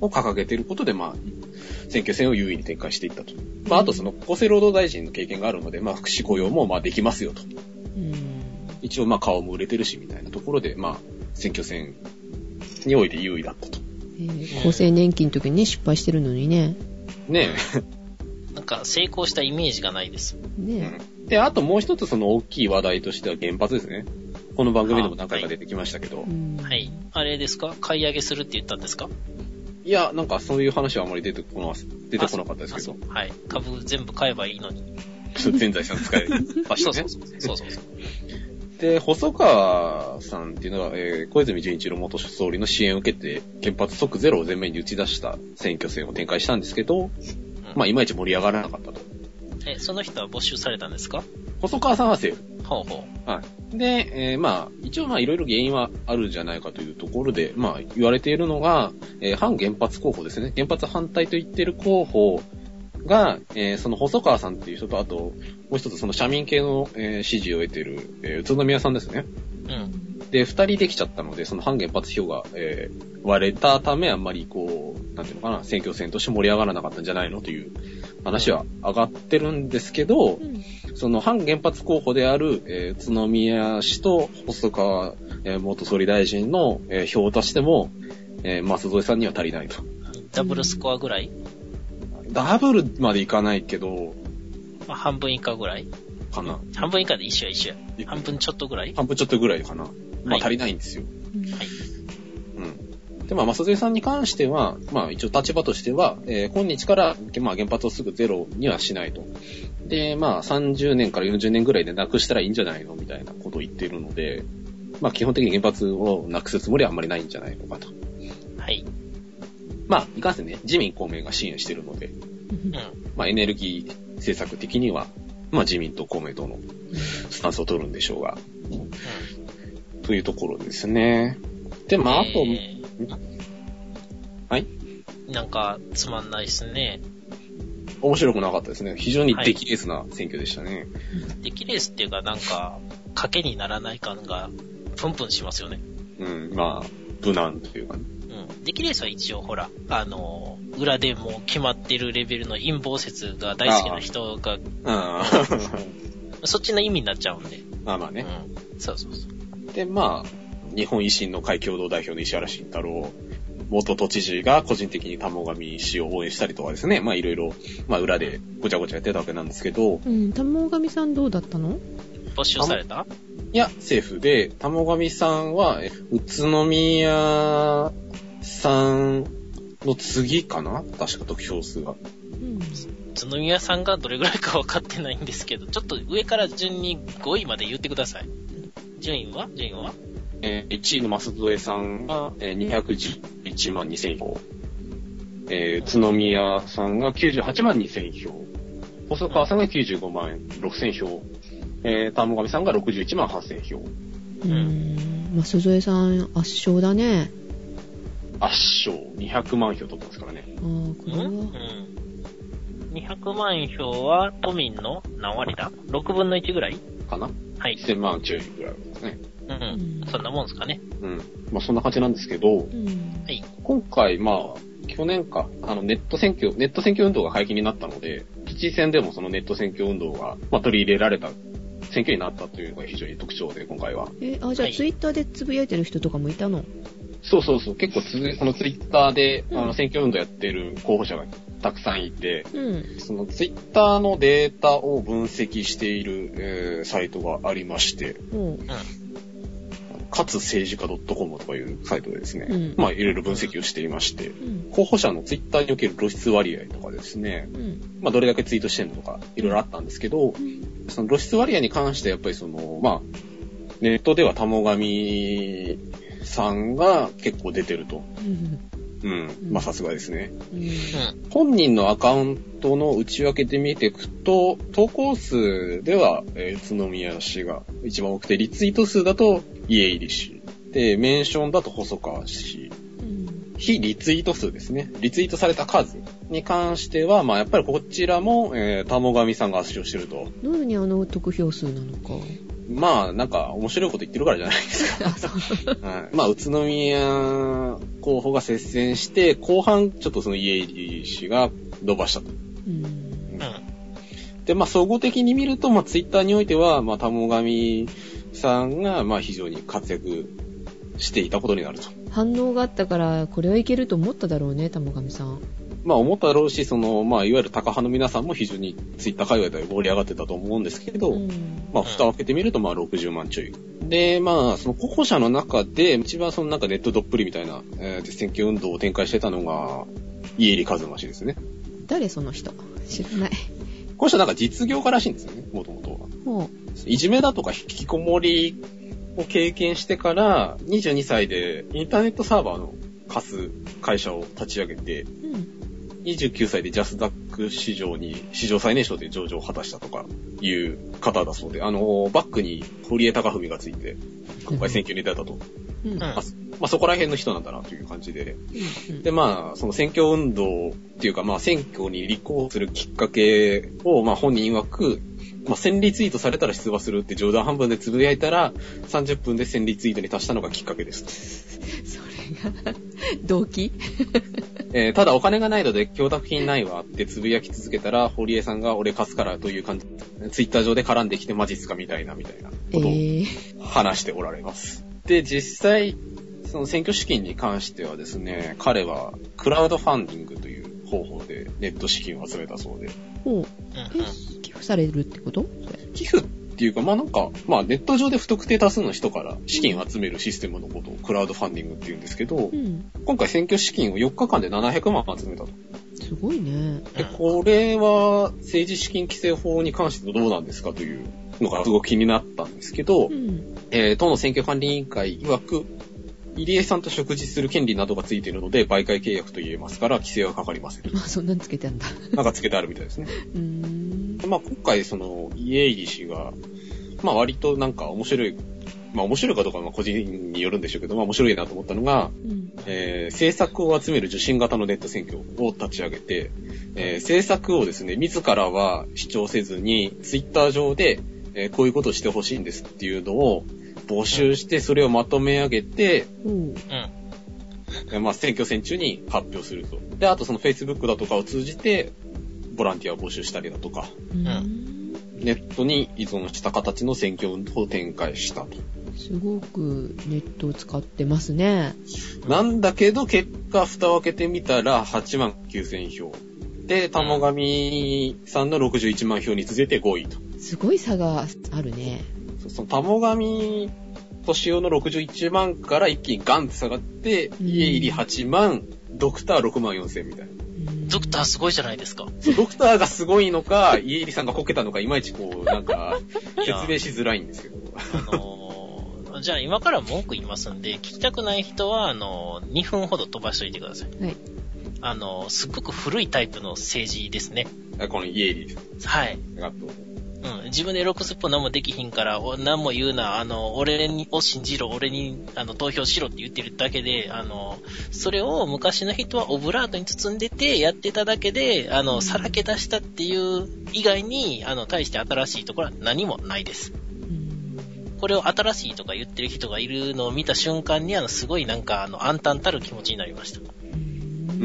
[SPEAKER 2] を掲げていることで、まあ、選挙戦を優位に展開していったと。まあ、あとその、厚生労働大臣の経験があるので、まあ、福祉雇用も、まあ、できますよと。
[SPEAKER 3] うん
[SPEAKER 2] 一応、まあ、顔も売れてるし、みたいなところで、まあ、選挙戦において優位だったと。
[SPEAKER 3] えー厚生年金の時にね、失敗してるのにね。
[SPEAKER 2] ね
[SPEAKER 4] なんか成功したイメージがないです。
[SPEAKER 2] え。
[SPEAKER 3] ね
[SPEAKER 2] うんで、あともう一つその大きい話題としては原発ですね。この番組でも何回か出てきましたけど
[SPEAKER 3] え。う。ん
[SPEAKER 4] はい。あれですか買い上げするって言ったんですか
[SPEAKER 2] いや、なんかそういう話はあまり出てこな、出てこなかったですけど
[SPEAKER 4] あ。そうはい。株全部買えばいいのに。
[SPEAKER 2] 全財産使える。 (laughs)
[SPEAKER 4] そうそうそう。そうそうそう。
[SPEAKER 2] で、細川さんっていうのは、えー小泉純一郎元総理の支援を受けて、原発即ゼロを前面に打ち出した選挙戦を展開したんですけど、まあ、いまいち盛り上がらなかったと。
[SPEAKER 4] え、その人は没収されたんですか
[SPEAKER 2] 細川さんはセーフ。
[SPEAKER 4] ほうほ
[SPEAKER 2] はい。で、えーまあ、一応まあ、いろいろ原因はあるんじゃないかというところで、まあ、言われているのが、えー反原発候補ですね。原発反対と言っている候補が、えーその細川さんっていう人と、あと、もう一つその社民系の、えー支持を得ている、えー宇都宮さんですね。
[SPEAKER 4] う。うん。
[SPEAKER 2] で、二人できちゃったので、その反原発票が、えー割れたため、あんまりこう、なんていうのかな、選挙戦として盛り上がらなかったんじゃないのという話は上がってるんですけど、
[SPEAKER 3] うん
[SPEAKER 2] その反原発候補である、えー宇都宮市と細川、えー元総理大臣の、えー票を足しても、えー舛添さんには足りないと。
[SPEAKER 4] ダブルスコアぐらい、
[SPEAKER 2] ダブルまでいかないけど、
[SPEAKER 4] まあ、半分以下ぐらい
[SPEAKER 2] かな。
[SPEAKER 4] 半分以下で一緒や一緒
[SPEAKER 2] い
[SPEAKER 4] や。半分ちょっとぐらい
[SPEAKER 2] 半分ちょっとぐらいかな。まあ
[SPEAKER 4] はい
[SPEAKER 2] 足りないんですよ。
[SPEAKER 4] はい。
[SPEAKER 2] うん。で、まあ、マスさんに関しては、まあ、一応立場としては、えー今日から、まあ、原発をすぐゼロにはしないと。で、まあ、30年から40年ぐらいでなくしたらいいんじゃないのみたいなことを言っているので、まあ、基本的に原発をなくすつもりはあんまりないんじゃないのかと。
[SPEAKER 4] はい。
[SPEAKER 2] まあ、いかんせんね、自民公明が支援しているので、
[SPEAKER 4] うん。
[SPEAKER 2] まあ、エネルギー政策的には、まあ、自民と公明党のスタンスを取るんでしょうが、というところですね。で、まあ、あと、
[SPEAKER 4] えー
[SPEAKER 2] はい。
[SPEAKER 4] なんか、つまんないですね。
[SPEAKER 2] 面白くなかったですね。非常に出来レースな選挙でしたね。
[SPEAKER 4] で、キレースっていうか、なんか、賭けにならない感が、プンプンしますよね。
[SPEAKER 2] うん、まあ、無難というか、 (laughs) ね、
[SPEAKER 4] うん。で、キレースは一応、ほら、あの、裏でもう決まってるレベルの陰謀説が大好きな人が、
[SPEAKER 2] あ
[SPEAKER 4] そっちの意味になっちゃうんで。
[SPEAKER 2] まあまあね。
[SPEAKER 4] うん。そうそうそう。
[SPEAKER 2] で、まあ、日本維新の会共同代表の石原慎太郎、元都知事が個人的に玉上氏を応援したりとかですね、まあいろいろ、まあ裏でごちゃごちゃやってたわけなんですけど、
[SPEAKER 3] うん、玉神さんどうだったの
[SPEAKER 4] 没収された
[SPEAKER 2] いや、政府で、玉上さんは、え宇都宮さんの次かな確か得票数が。
[SPEAKER 3] うん。
[SPEAKER 4] 宇都宮さんがどれぐらいか分かってないんですけど、ちょっと上から順に5位まで言ってください。順位は順位は
[SPEAKER 2] えー1位の舛添さんが、えー211万2000票。えー宇都宮さんが98万2000票。細川さんが95万6000票。えー、田上さんが61万8000票。
[SPEAKER 3] うーん。まあ、鈴江さん圧勝だね。
[SPEAKER 2] 圧勝200万票取ってますからね
[SPEAKER 3] あ。あ、こ
[SPEAKER 4] う
[SPEAKER 3] れは。
[SPEAKER 4] ん ?200 万票は都民の何割だ ?6 分の1ぐらい
[SPEAKER 2] かな
[SPEAKER 4] はい。
[SPEAKER 2] ?1000 万ちょいぐらいですね。
[SPEAKER 4] う。
[SPEAKER 3] うんん。
[SPEAKER 4] そんなもんですかね。
[SPEAKER 2] うん。まあそんな感じなんですけど、
[SPEAKER 3] うん
[SPEAKER 4] はい。
[SPEAKER 2] 今回まあ、去年か、あのネット選挙、ネット選挙運動が解禁になったので、基地選でもそのネット選挙運動が、まあ取り入れられた選挙になったというのが非常に特徴で、今回は。
[SPEAKER 3] え、あ、じゃあ、
[SPEAKER 4] はい
[SPEAKER 3] ツイッターでつぶやいてる人とかもいたの
[SPEAKER 2] そうそうそう。結構つ、このツイッターで、あ
[SPEAKER 3] う
[SPEAKER 2] の、
[SPEAKER 3] ん
[SPEAKER 2] 選挙運動やってる候補者がたくさんいて、
[SPEAKER 3] うん。
[SPEAKER 2] そのツイッターのデータを分析している、えーサイトがありまして、
[SPEAKER 3] おう
[SPEAKER 2] かつ政治家 .com とかいうサイトでですね、
[SPEAKER 3] うん
[SPEAKER 2] まあ、いろいろ分析をしていまして、
[SPEAKER 3] うん。
[SPEAKER 2] 候補者のツイッターにおける露出割合とかですね、
[SPEAKER 3] うん。
[SPEAKER 2] まあ、どれだけツイートしてるのとか、いろいろあったんですけど、その露出割合に関してやっぱりその、まあ、ネットでは玉上さんが結構出てると。
[SPEAKER 3] うん。
[SPEAKER 2] うん。まあ、さすがですね。
[SPEAKER 3] うん
[SPEAKER 4] う
[SPEAKER 2] 本人のアカウントの内訳で見ていくと、投稿数では、えー宇都宮氏が一番多くて、リツイート数だと家入氏。で、メンションだと細川氏。
[SPEAKER 3] うん。
[SPEAKER 2] 非リツイート数ですね。リツイートされた数に関しては、まあやっぱりこちらも、えー、タモガミさんが圧勝してると。
[SPEAKER 3] どういうふうにあの得票数なのか。
[SPEAKER 2] まあなんか面白いこと言ってるからじゃないですか。はい、まあ宇都宮候補が接戦して、後半ちょっとその家入氏が伸ばしたと。
[SPEAKER 3] うん。
[SPEAKER 4] ん。うん。
[SPEAKER 2] で、まあ、総合的に見ると、まあ、ツイッターにおいては、まあ、タモガミさんが、まあ、非常に活躍していたことになると。
[SPEAKER 3] 反応があったから、これはいけると思っただろうね、玉神さん。
[SPEAKER 2] まあ、思ったろうし、その、まあ、いわゆる高派の皆さんも非常にツイッター界隈で盛り上がってたと思うんですけど、
[SPEAKER 3] うん。
[SPEAKER 2] まあ、蓋を開けてみると、まあ、60万ちょい。で、まあ、その候補者の中で、一番そのなんかネットどっぷりみたいな、えー、選挙運動を展開してたのが、家入和馬氏ですね。
[SPEAKER 3] 誰その人知らない。
[SPEAKER 2] この人なんか実業家らしいんですよね、もともとは。
[SPEAKER 3] も
[SPEAKER 2] いじめだとか引きこもりを経験してから、22歳でインターネットサーバーの貸す会社を立ち上げて、
[SPEAKER 3] う、うん、
[SPEAKER 2] 29歳でジャスダック市場に、史上最年少で上場を果たしたとかいう方だそうで、あの、バックに堀江貴文がついて、今回選挙に出たと。
[SPEAKER 3] うん、
[SPEAKER 4] うん。
[SPEAKER 2] まあそこら辺の人なんだなという感じで。
[SPEAKER 3] うん
[SPEAKER 2] で、まあ、その選挙運動っていうか、まあ選挙に立候補するきっかけを、まあ本人曰く、まあ1000リツイートされたら出馬するって冗談半分でつぶやいたら、30分で1000リツイートに達したのがきっかけですと。
[SPEAKER 3] それが動機
[SPEAKER 2] えーただお金がないので供託品ないわってつぶやき続けたら、堀江さんが俺貸すからという感じ、ツイッター上で絡んできてマジっすかみたいなみたいなことを
[SPEAKER 3] ええ
[SPEAKER 2] 話しておられます。で、実際、その選挙資金に関してはですね、彼はクラウドファンディングという方法でネット資金を集めたそうで、
[SPEAKER 3] もう
[SPEAKER 4] うんうん
[SPEAKER 3] え寄付されるってことそれ
[SPEAKER 2] 寄付っていうか、まあなんか、まあネット上で不特定多数の人から資金を集めるシステムのことをクラウドファンディングっていうんですけど
[SPEAKER 3] う、ん
[SPEAKER 2] 今回選挙資金を4日間で700万集めたと。
[SPEAKER 3] すごいね
[SPEAKER 2] で、これは政治資金規正法に関してどうなんですかというのがすごく気になったんですけど、
[SPEAKER 3] うん
[SPEAKER 2] えー、党の選挙管理委員会曰く、入江さんと食事する権利などがついているので、媒介契約と言えますから、規制はかかりません。
[SPEAKER 3] まあそんなんつけてあんだ
[SPEAKER 2] なんかつけてあるみたいですね。
[SPEAKER 3] うーん
[SPEAKER 2] まあ、今回、その、家入氏が、まあ、割となんか面白い、まあ、面白いかどうかはまあ個人によるんでしょうけど、まあ、面白いなと思ったのが、
[SPEAKER 3] うん
[SPEAKER 2] えー、政策を集める受信型のネット選挙を立ち上げて、えー、政策をですね、自らは主張せずに、ツイッター上で、えーこういうことをしてほしいんですっていうのを募集して、それをまとめ上げて、
[SPEAKER 3] おう
[SPEAKER 4] うん。
[SPEAKER 2] えーまあ、選挙戦中に発表すると。で、あとその Facebook だとかを通じて、ボランティアを募集したりだとか、
[SPEAKER 3] うん
[SPEAKER 2] ネットに依存した形の選挙運動を展開したと。
[SPEAKER 3] すごくネットを使ってますね
[SPEAKER 2] なんだけど、結果、蓋を開けてみたら、8万9000票。で、玉神さんの61万票に続いて5位と。
[SPEAKER 3] すごい差があるね
[SPEAKER 2] そその玉神年男の61万から一気にガンって下がって、
[SPEAKER 3] ん
[SPEAKER 2] 家入り8万、ドクター6万4000みたいな。
[SPEAKER 3] うん
[SPEAKER 4] ドクターすごいじゃないですか。
[SPEAKER 2] そうドクターがすごいの
[SPEAKER 4] (laughs)
[SPEAKER 2] か、家入りさんがこけたのか、いまいちこう、なんか、
[SPEAKER 4] いや
[SPEAKER 2] 説明しづらいんですけど。
[SPEAKER 4] あのー (laughs) じゃあ今から文句言いますんで、聞きたくない人は、あのー2分ほど飛ばしといてください。
[SPEAKER 3] はい
[SPEAKER 4] あのーすっごく古いタイプの政治ですね。
[SPEAKER 2] あこの家入り
[SPEAKER 4] はい。
[SPEAKER 2] がと。
[SPEAKER 4] うん。自分でロックスっぽ何もできひんから、お何も言うな、あの、俺にを信じろ、俺にあの投票しろって言ってるだけで、あの、それを昔の人はオブラートに包んでてやってただけで、あの、さらけ出したっていう以外に、あの、対して新しいところは何もないです。
[SPEAKER 3] うん
[SPEAKER 4] これを新しいとか言ってる人がいるのを見た瞬間に、あの、すごいなんか、あの、暗淡たる気持ちになりました。
[SPEAKER 2] う。
[SPEAKER 4] うん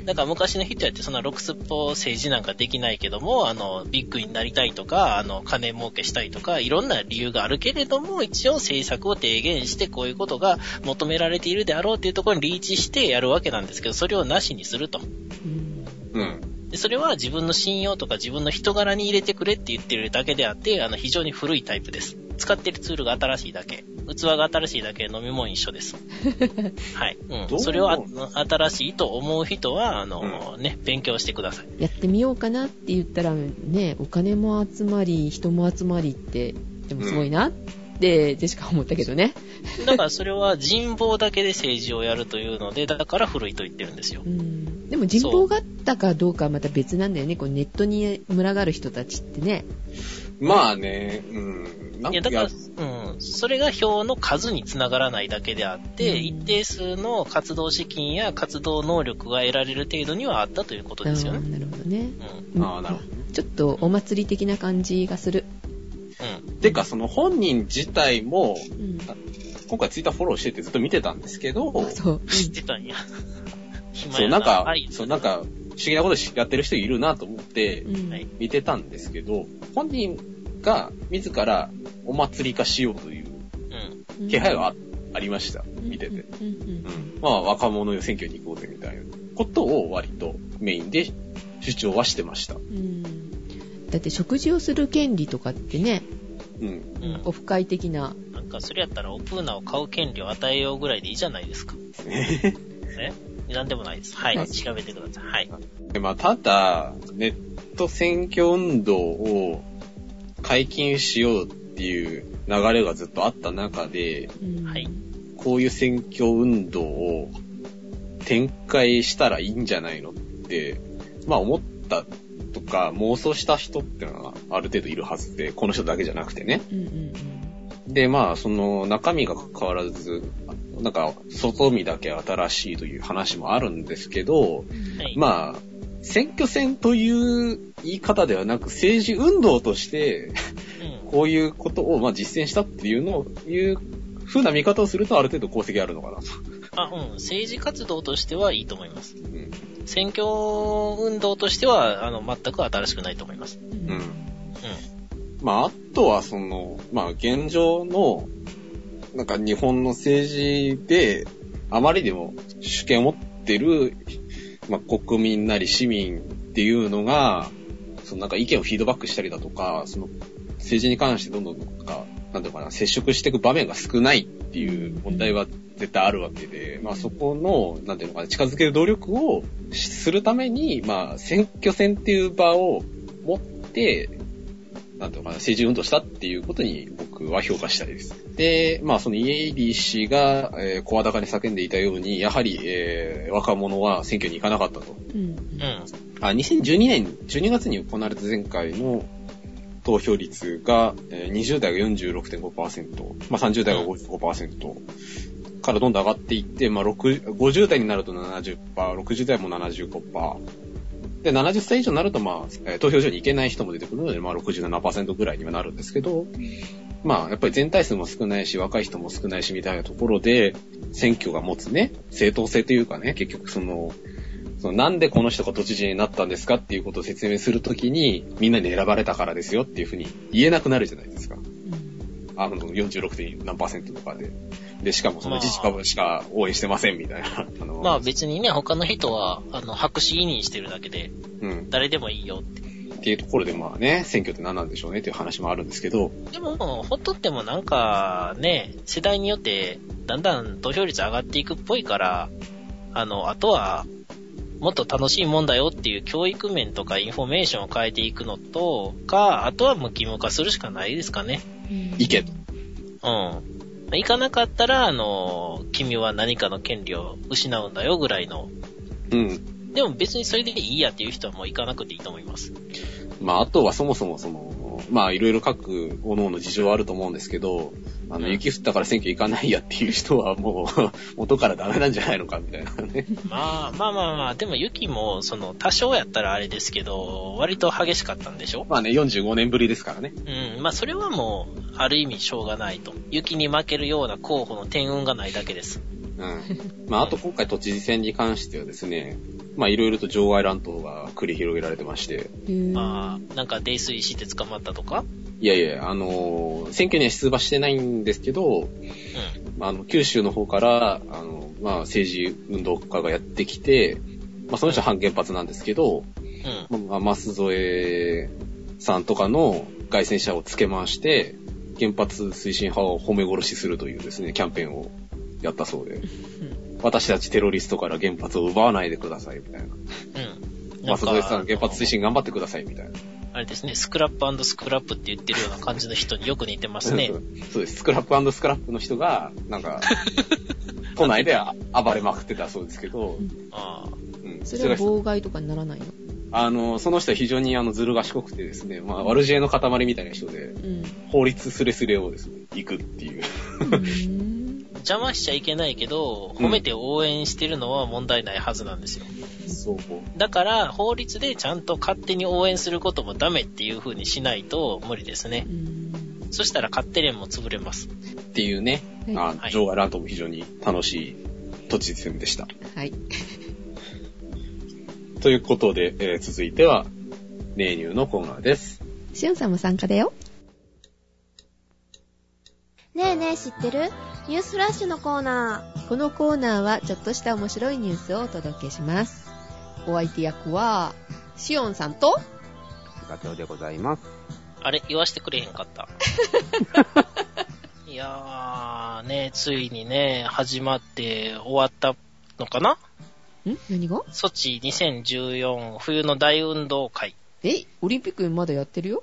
[SPEAKER 4] ん。だから昔の人やってそんなロックスっぽ政治なんかできないけども、あの、ビッグになりたいとか、あの、金儲けしたいとか、いろんな理由があるけれども、一応政策を提言して、こういうことが求められているであろうっていうところにリーチしてやるわけなんですけど、それをなしにすると。
[SPEAKER 3] うん
[SPEAKER 2] うん。
[SPEAKER 4] でそれは自分の信用とか自分の人柄に入れてくれって言ってるだけであって、あの、非常に古いタイプです。使ってるツールが新しいだけ。器が新しいだけ、飲み物一緒です。はい。
[SPEAKER 2] ど
[SPEAKER 4] うん。
[SPEAKER 2] う
[SPEAKER 4] それをあ新しいと思う人は、あの、ね、勉強してください。
[SPEAKER 3] やってみようかなって言ったらねお金も集まり人も集まりってでもすごいなってジェシカは思ったけどね、
[SPEAKER 4] だからそれは人望だけで政治をやるというので、だから古いと言ってるんですよ
[SPEAKER 3] う。ん、でも人口があったかどうかはまた別なんだよねこうネットに群がる人たちってね
[SPEAKER 2] まあね、うん。なん
[SPEAKER 4] いや、だから、うん、それが票の数につながらないだけであって、
[SPEAKER 3] うん
[SPEAKER 4] 一定数の活動資金や活動能力が得られる程度にはあったということですよ
[SPEAKER 3] あ
[SPEAKER 4] ね。
[SPEAKER 3] ーなるほどね、
[SPEAKER 4] うん。
[SPEAKER 3] うん
[SPEAKER 2] ああ、なるほど。
[SPEAKER 3] ちょっとお祭り的な感じがする、
[SPEAKER 4] うん。
[SPEAKER 2] てか、その本人自体も、
[SPEAKER 3] うん、
[SPEAKER 2] 今回ツイッターフォローしててずっと見てたんですけど、
[SPEAKER 3] そう、
[SPEAKER 4] 知ってたんや。暇
[SPEAKER 2] そう、
[SPEAKER 4] や
[SPEAKER 2] なんか
[SPEAKER 4] はい、
[SPEAKER 2] そう、なんか、不思議なことやってる人いるなと思って
[SPEAKER 3] うん
[SPEAKER 4] はい
[SPEAKER 2] 見てたんですけど、本人が自らお祭り化しようという
[SPEAKER 4] うん。
[SPEAKER 3] うん
[SPEAKER 2] 気配はあありました。見て
[SPEAKER 3] う
[SPEAKER 2] て。
[SPEAKER 3] んうん
[SPEAKER 2] うん。まあ、若者よ選挙に行こうぜみたいなことを割とメインで主張はしてました。
[SPEAKER 3] うんうんだって食事をする権利とかってね
[SPEAKER 2] うん。
[SPEAKER 4] うん
[SPEAKER 3] オフ会的な
[SPEAKER 4] なんか、それやったら、オプーナを買う権利を与えようぐらいでいいじゃないですか。えなんでもないです。は。
[SPEAKER 3] はいい
[SPEAKER 4] 調べてください。はい。
[SPEAKER 2] でまあ、ただ、ネッと選挙運動を解禁しようっていう流れがずっとあった中で、
[SPEAKER 3] うん
[SPEAKER 4] はい。
[SPEAKER 2] こういう選挙運動を展開したらいいんじゃないのって、まあ思ったとか妄想した人ってのがある程度いるはずで、この人だけじゃなくてね。
[SPEAKER 3] うんうん
[SPEAKER 2] で、まあその中身が変わらず、なんか外見だけ新しいという話もあるんですけど、
[SPEAKER 4] はい。
[SPEAKER 2] まあ、選挙戦という言い方ではなく政治運動として、
[SPEAKER 4] うん
[SPEAKER 2] こういうことをまあ実践したっていうのを、いう風な見方をするとある程度功績あるのかなと。
[SPEAKER 4] あ、うん。政治活動としてはいいと思います。
[SPEAKER 2] うん。
[SPEAKER 4] 選挙運動としては、あの、全く新しくないと思います。
[SPEAKER 3] うんうん
[SPEAKER 2] う
[SPEAKER 3] うんん。
[SPEAKER 2] まあ、あとはその、まあ現状の、なんか日本の政治で、あまりでも主権を持ってる、まあ国民なり市民っていうのが、そのなんか意見をフィードバックしたりだとか、その政治に関してどんどんなんか、なんていうのかな、接触していく場面が少ないっていう問題は絶対あるわけで、まあそこの、なんていうのかな、近づける努力をするために、まあ選挙戦っていう場を持って、なんていうのかな、政治運動したっていうことに僕は評価したいです。で、まあそのイエイリ氏が、えー、声高に叫んでいたように、やはり、えー若者は選挙に行かなかったと。
[SPEAKER 3] うん
[SPEAKER 4] うん。うん。
[SPEAKER 2] あ、2012年12月に行われた前回の投票率が、えー20代が46.5%、まあ30代が55%からどんどん上がっていって、まあ6 50代になると70%、60代も75%。で、70歳以上になると、まあ、えー投票所に行けない人も出てくるので、まあ、67%ぐらいにはなるんですけど、まあ、やっぱり全体数も少ないし、若い人も少ないし、みたいなところで、選挙が持つね、正当性というかね、結局その、そのなんでこの人が都知事になったんですかっていうことを説明するときに、みんなに選ばれたからですよっていうふうに言えなくなるじゃないですか。あの、46. 何パーセントとかで。で、しかもその自治株しか応援してませんみたいな。あの、
[SPEAKER 4] まあ別にね、他の人は、あの、白紙委任してるだけで、
[SPEAKER 2] うん。
[SPEAKER 4] 誰でもいいよって。
[SPEAKER 2] っていうところでまあね、選挙って何なんでしょうねっていう話もあるんですけど、
[SPEAKER 4] でも、ほっとってもなんか、ね、世代によって、だんだん投票率上がっていくっぽいから、あの、あとは、もっと楽しいもんだよっていう教育面とかインフォメーションを変えていくのとか、あとは無義務化するしかないですかね。
[SPEAKER 2] 行けと。
[SPEAKER 4] うん。行かなかったら、あの、君は何かの権利を失うんだよぐらいの。
[SPEAKER 2] うん。
[SPEAKER 4] でも別にそれでいいやっていう人はもう行かなくていいと思います。
[SPEAKER 2] まああとはそもそもその、まあいろいろ各各々の事情はあると思うんですけど、あの、
[SPEAKER 4] うん
[SPEAKER 2] 雪降ったから選挙行かないやっていう人はもう、 (laughs) 元からダメなんじゃないのかみたいなね。
[SPEAKER 4] まあまあまあまあ、でもユキも、その、多少やったらあれですけど、割と激しかったんでしょ
[SPEAKER 2] まあね、45年ぶりですからね。
[SPEAKER 4] うん、まあそれはもう、ある意味しょうがないと。雪に負けるような候補の天運がないだけです。
[SPEAKER 2] うん。まあ、あと今回都知事選に関してはですね、まあ、いろいろと場外乱闘が繰り広げられてまして、
[SPEAKER 3] うん。
[SPEAKER 4] まあ、なんか泥酔して捕まったとか
[SPEAKER 2] いやいや、あのー選挙には出馬してないんですけど、
[SPEAKER 4] う
[SPEAKER 2] まあ、あの、九州の方から、あの、まあ、政治運動家がやってきて、まあ、その人は反原発なんですけど、
[SPEAKER 4] ん、うん、
[SPEAKER 2] まあ、舛添さんとかの外戦車をつけ回して、原発推進派を褒め殺しするというですね、キャンペーンをやったそうで、私たちテロリストから原発を奪わないでください、みたいな。
[SPEAKER 4] うん。
[SPEAKER 2] マスドさん、原発推
[SPEAKER 4] 進。
[SPEAKER 2] 進頑張ってください、みたいな。
[SPEAKER 4] あれですね、スクラップスクラップって言ってるような感じの人によく似てますね。
[SPEAKER 2] (laughs) そうです。スクラップスクラップの人が、なんか、都内で暴れまくってたそうですけど、
[SPEAKER 4] あ
[SPEAKER 2] うん、
[SPEAKER 3] それは妨害とかにならないの
[SPEAKER 2] あの、その人は非常にあの、ずる賢くてですね、まあ、悪知恵の塊みたいな人で、
[SPEAKER 3] うん。
[SPEAKER 2] 法律スレスレをですね、行くっていう。
[SPEAKER 3] うん
[SPEAKER 4] あ邪魔しちゃいけないけど、褒めて応援してるのは問題ないはずなんですよ。
[SPEAKER 2] そう。
[SPEAKER 4] だから、法律でちゃんと勝手に応援することもダメっていう風にしないと無理ですね
[SPEAKER 3] う。ん
[SPEAKER 4] そしたら勝手連も潰れます。
[SPEAKER 2] っていうね、
[SPEAKER 3] は
[SPEAKER 2] あ
[SPEAKER 4] はい
[SPEAKER 2] 場外乱闘も非常に楽しい都知事選でした。
[SPEAKER 3] い。はい。
[SPEAKER 2] ということで、えー続いては、メニューのコーナーです。
[SPEAKER 3] しおんさんも参加だよ。
[SPEAKER 1] ねえねえ知ってるニュースフラッシュのコーナ
[SPEAKER 3] このコーナーはちょっとした面白いニュースをお届けします。お相手役は、しおんさんと、
[SPEAKER 5] ガチョウでございます。
[SPEAKER 4] あれ、言わしてくれへん
[SPEAKER 3] (laughs)
[SPEAKER 4] かった。いやー、ね、ついにね、始まって終わったのかなん
[SPEAKER 3] 何が
[SPEAKER 4] ソチ2014冬の大運動会。
[SPEAKER 3] え、オリンピックまだやってるよ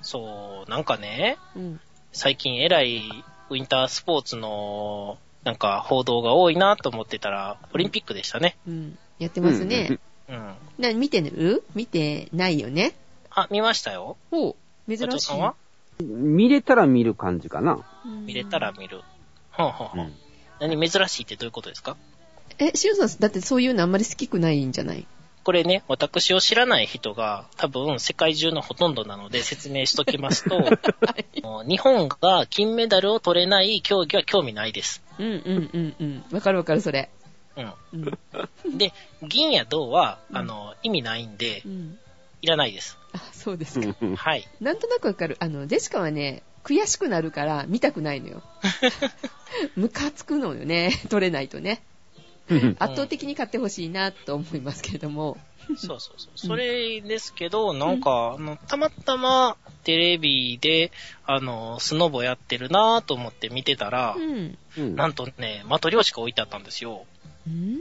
[SPEAKER 4] そう、なんかね、
[SPEAKER 3] うん。
[SPEAKER 4] 最近えらいウィンタースポーツの、なんか報道が多いなと思ってたら、オリンピックでしたね。
[SPEAKER 3] うん。やってますね。
[SPEAKER 4] うん。
[SPEAKER 3] な、見てる見てないよね。
[SPEAKER 4] あ、見ましたよ。
[SPEAKER 3] ほう。
[SPEAKER 4] お
[SPEAKER 3] 珍
[SPEAKER 4] 嬢
[SPEAKER 3] し
[SPEAKER 4] さ
[SPEAKER 3] い
[SPEAKER 4] ん。は
[SPEAKER 5] 見れたら見る感じかな。
[SPEAKER 3] うん
[SPEAKER 4] 見れたら。見る。はんはんはん。何珍しいってどういうことですか
[SPEAKER 3] え、しゅんさん、だってそういうのあんまり好きくないんじゃない
[SPEAKER 4] これね、私を知らない人が多分世界中のほとんどなので説明しときますと、もう日本が金メダルを取れない競技は興味ないです。
[SPEAKER 3] うんうんうんうん。わかるわかる、それ。
[SPEAKER 4] うん。
[SPEAKER 3] うん。
[SPEAKER 4] で、銀や銅は、
[SPEAKER 3] うん
[SPEAKER 4] あの、意味ないんで
[SPEAKER 3] う、ん。
[SPEAKER 4] いらないです。
[SPEAKER 3] あ、そうです
[SPEAKER 5] う
[SPEAKER 3] か。
[SPEAKER 5] んうん
[SPEAKER 4] はい。
[SPEAKER 3] なんとなくわかる。あの、ジェシカはね、悔しくなるから見たくない
[SPEAKER 4] (laughs)
[SPEAKER 3] のよ。ムカつくのよね。取れないとね。
[SPEAKER 5] うん
[SPEAKER 3] 圧倒的に勝ってほしいなと思いますけれども。
[SPEAKER 4] そうそうそう。それですけど、なんか、あの、たまたまテレビで、あの、スノボやってるなぁと思って見てたら
[SPEAKER 3] う、ん。
[SPEAKER 5] うん
[SPEAKER 4] なんとね、マトリョーシカ置いてあったんですよ。
[SPEAKER 3] うん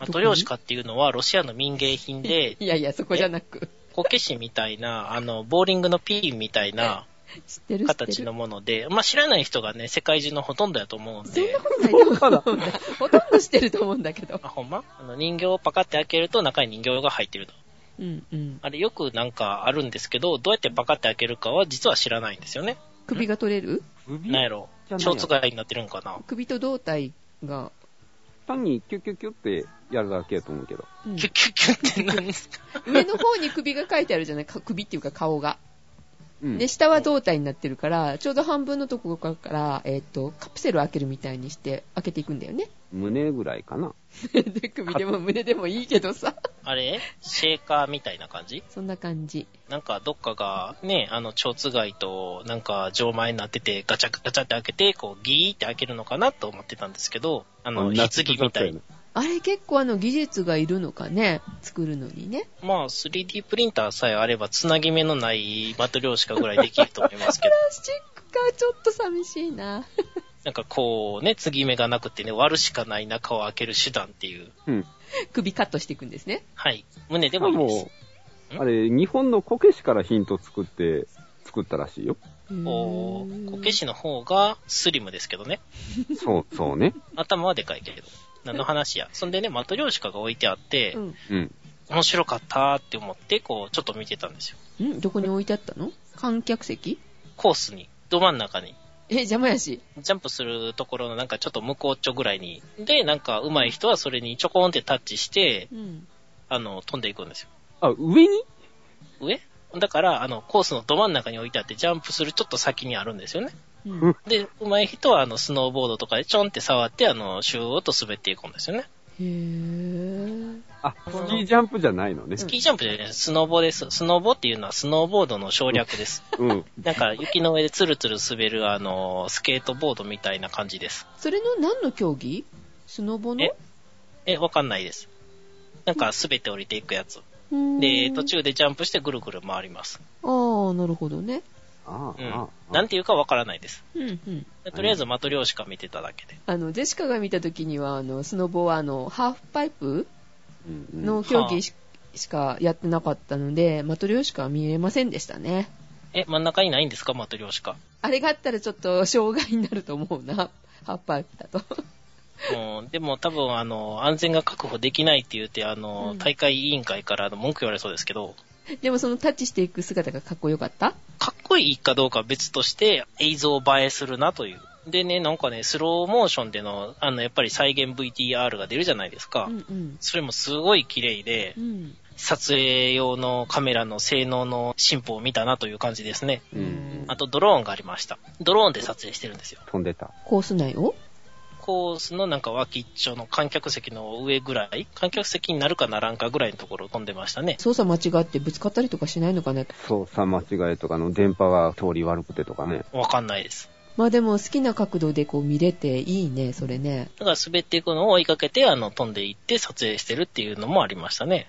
[SPEAKER 4] マトリョーシカっていうのはロシアの民芸品で、
[SPEAKER 3] いやいや、そこじゃなく。
[SPEAKER 4] こけしみたいな、あの、ボーリングのピンみたいな
[SPEAKER 3] 知ってる知ってる。
[SPEAKER 4] 形のもので、まあ、知らない人がね、世界中のほとんどやと思うん
[SPEAKER 3] そん
[SPEAKER 4] で
[SPEAKER 3] な、ことないと思うんだ。ほとんど知ってると思うんだけど。
[SPEAKER 4] あ、ほんまあの、人形をパカって開けると中に人形が入ってると。
[SPEAKER 3] うんうん。
[SPEAKER 4] あれよくなんかあるんですけど、どうやってパカって開けるかは実は知らないんですよね。
[SPEAKER 3] 首が取れる
[SPEAKER 5] 首
[SPEAKER 4] なんやろ
[SPEAKER 5] じゃない
[SPEAKER 4] 蝶つがいになってるんかな
[SPEAKER 3] 首と胴体が。
[SPEAKER 5] 単にキュッキュッキュッってやるだけやと思うけど。
[SPEAKER 3] うん
[SPEAKER 4] キュッキュッキュッって何
[SPEAKER 3] (laughs)
[SPEAKER 4] ですか
[SPEAKER 3] 上の方に首が書いてあるじゃないか首っていうか顔が。
[SPEAKER 5] うん
[SPEAKER 3] で、下は胴体になってるから、ちょうど半分のところから、えっ、と、カプセルを開けるみたいにして、開けていくんだよね。
[SPEAKER 5] 胸ぐらいかな。
[SPEAKER 3] (laughs) で、首でも胸でもいいけどさ。
[SPEAKER 4] あれシェーカーみたいな感じ
[SPEAKER 3] そんな感じ。
[SPEAKER 4] なんかどっかがね、あの、蝶つがいとなんか錠前になっててガチャガチャって開けて、こうギーって開けるのかなと思ってたんですけど、あの、棺みたいな。
[SPEAKER 3] あれ結構あの技術がいるのかね。作るのにね。
[SPEAKER 4] まあ、3D プリンターさえあれば、つなぎ目のないマトリョーシカぐらいできると思いますけど (laughs)
[SPEAKER 3] プ、ラスチックか、ちょっと寂しいな。
[SPEAKER 4] なんかこうね、継ぎ目がなくてね、割るしかない中を開ける手段っていう。
[SPEAKER 5] うん。
[SPEAKER 3] 首カットしていくんですね。
[SPEAKER 4] はい。胸で
[SPEAKER 5] で
[SPEAKER 4] も
[SPEAKER 5] も
[SPEAKER 4] いいです。ん
[SPEAKER 5] あれ、日本のこけしからヒント作って、作ったらしいよ。
[SPEAKER 4] こう、こけしの方がスリムですけどね。
[SPEAKER 5] そう、そうね。
[SPEAKER 4] 頭はでかいけれど。何の話や。そんでね、マトリョーシカが置いてあって
[SPEAKER 3] う、ん。
[SPEAKER 5] うん。
[SPEAKER 4] 面白かったって思って、こう、ちょっと見てたんですよ。
[SPEAKER 3] うん、どこに置いてあったの観客席
[SPEAKER 4] コースに、ど真ん中に、
[SPEAKER 3] え、邪魔やし。
[SPEAKER 4] ジャンプするところのなんかちょっと向こうっちょぐらいに。で、なんか上手い人はそれにちょこんってタッチして、
[SPEAKER 3] うん。
[SPEAKER 4] あの、飛んでいくんですよ。
[SPEAKER 5] あ、上に
[SPEAKER 4] 上だから、あの、コースのど真ん中に置いてあって、ジャンプするちょっと先にあるんですよね。
[SPEAKER 3] うん、
[SPEAKER 4] で、上手い人は、あの、スノーボードとかでちょんって触って、あの、シューッと滑っていくんですよね。
[SPEAKER 3] へぇ
[SPEAKER 5] あ、スキージャンプじゃないのね。
[SPEAKER 4] スキージャンプじゃないです。スノボです。スノボっていうのはスノーボードの省略です。
[SPEAKER 5] うん。
[SPEAKER 4] なんか、雪の上でツルツル滑る、あの、スケートボードみたいな感じです。
[SPEAKER 3] それの何の競技スノボの
[SPEAKER 4] ええ、わかんないです。なんか、滑って降りていくやつ。
[SPEAKER 3] うん
[SPEAKER 4] で、途。中でジャンプしてぐるぐる回ります。
[SPEAKER 3] あー、なるほどね。
[SPEAKER 5] ああ、
[SPEAKER 4] うん
[SPEAKER 5] あ。あ。
[SPEAKER 4] なんていうかわからないです。
[SPEAKER 3] うん、うん。
[SPEAKER 4] とりあえず、マトリョーシカ見てただけで。
[SPEAKER 3] あの、ジェシカが見た時には、あの、スノボは、あの、ハーフパイプ
[SPEAKER 5] うんうん
[SPEAKER 3] の競技し,、かやってなかったので、マトリョーシカは見えませんでしたね。
[SPEAKER 4] え、真ん中にないんですかマトリョーシカ。
[SPEAKER 3] あれがあったらちょっと障害になると思うな。ハーフパイプだと。 (laughs)
[SPEAKER 4] うん、でも多分、あの、安全が確保できないって言って、あの、
[SPEAKER 3] うん
[SPEAKER 4] 大会委員会からあの文句言われそうですけど、
[SPEAKER 3] でもそのタッチしていく姿がかっこよかった
[SPEAKER 4] かっこいいかどうかは別として、映像映えするなという。でね、なんかね、スローモーションでの、あの、やっぱり再現 VTR が出るじゃないですか。
[SPEAKER 3] うんうん。
[SPEAKER 4] それもすごい綺麗で
[SPEAKER 3] う、ん。
[SPEAKER 4] 撮影用のカメラの性能の進歩を見たなという感じですね。
[SPEAKER 5] うん
[SPEAKER 4] あとドローンがありました。ドローンで撮影してるんですよ。
[SPEAKER 5] 飛んでた。
[SPEAKER 3] コース内を
[SPEAKER 4] コースのなんか脇っちょの観客席の上ぐらい、観客席になるかならんかぐらいのところを飛んでましたね。
[SPEAKER 3] 操作間違ってぶつかったりとかしないのかな
[SPEAKER 5] 操作間違いとかの電波が通り悪くてとかね。
[SPEAKER 4] わかんないです。
[SPEAKER 3] まあでも好きな角度でこう見れていいね、それね。
[SPEAKER 4] だから滑っていくのを追いかけて、あの、飛んでいって撮影してるっていうのもありましたね。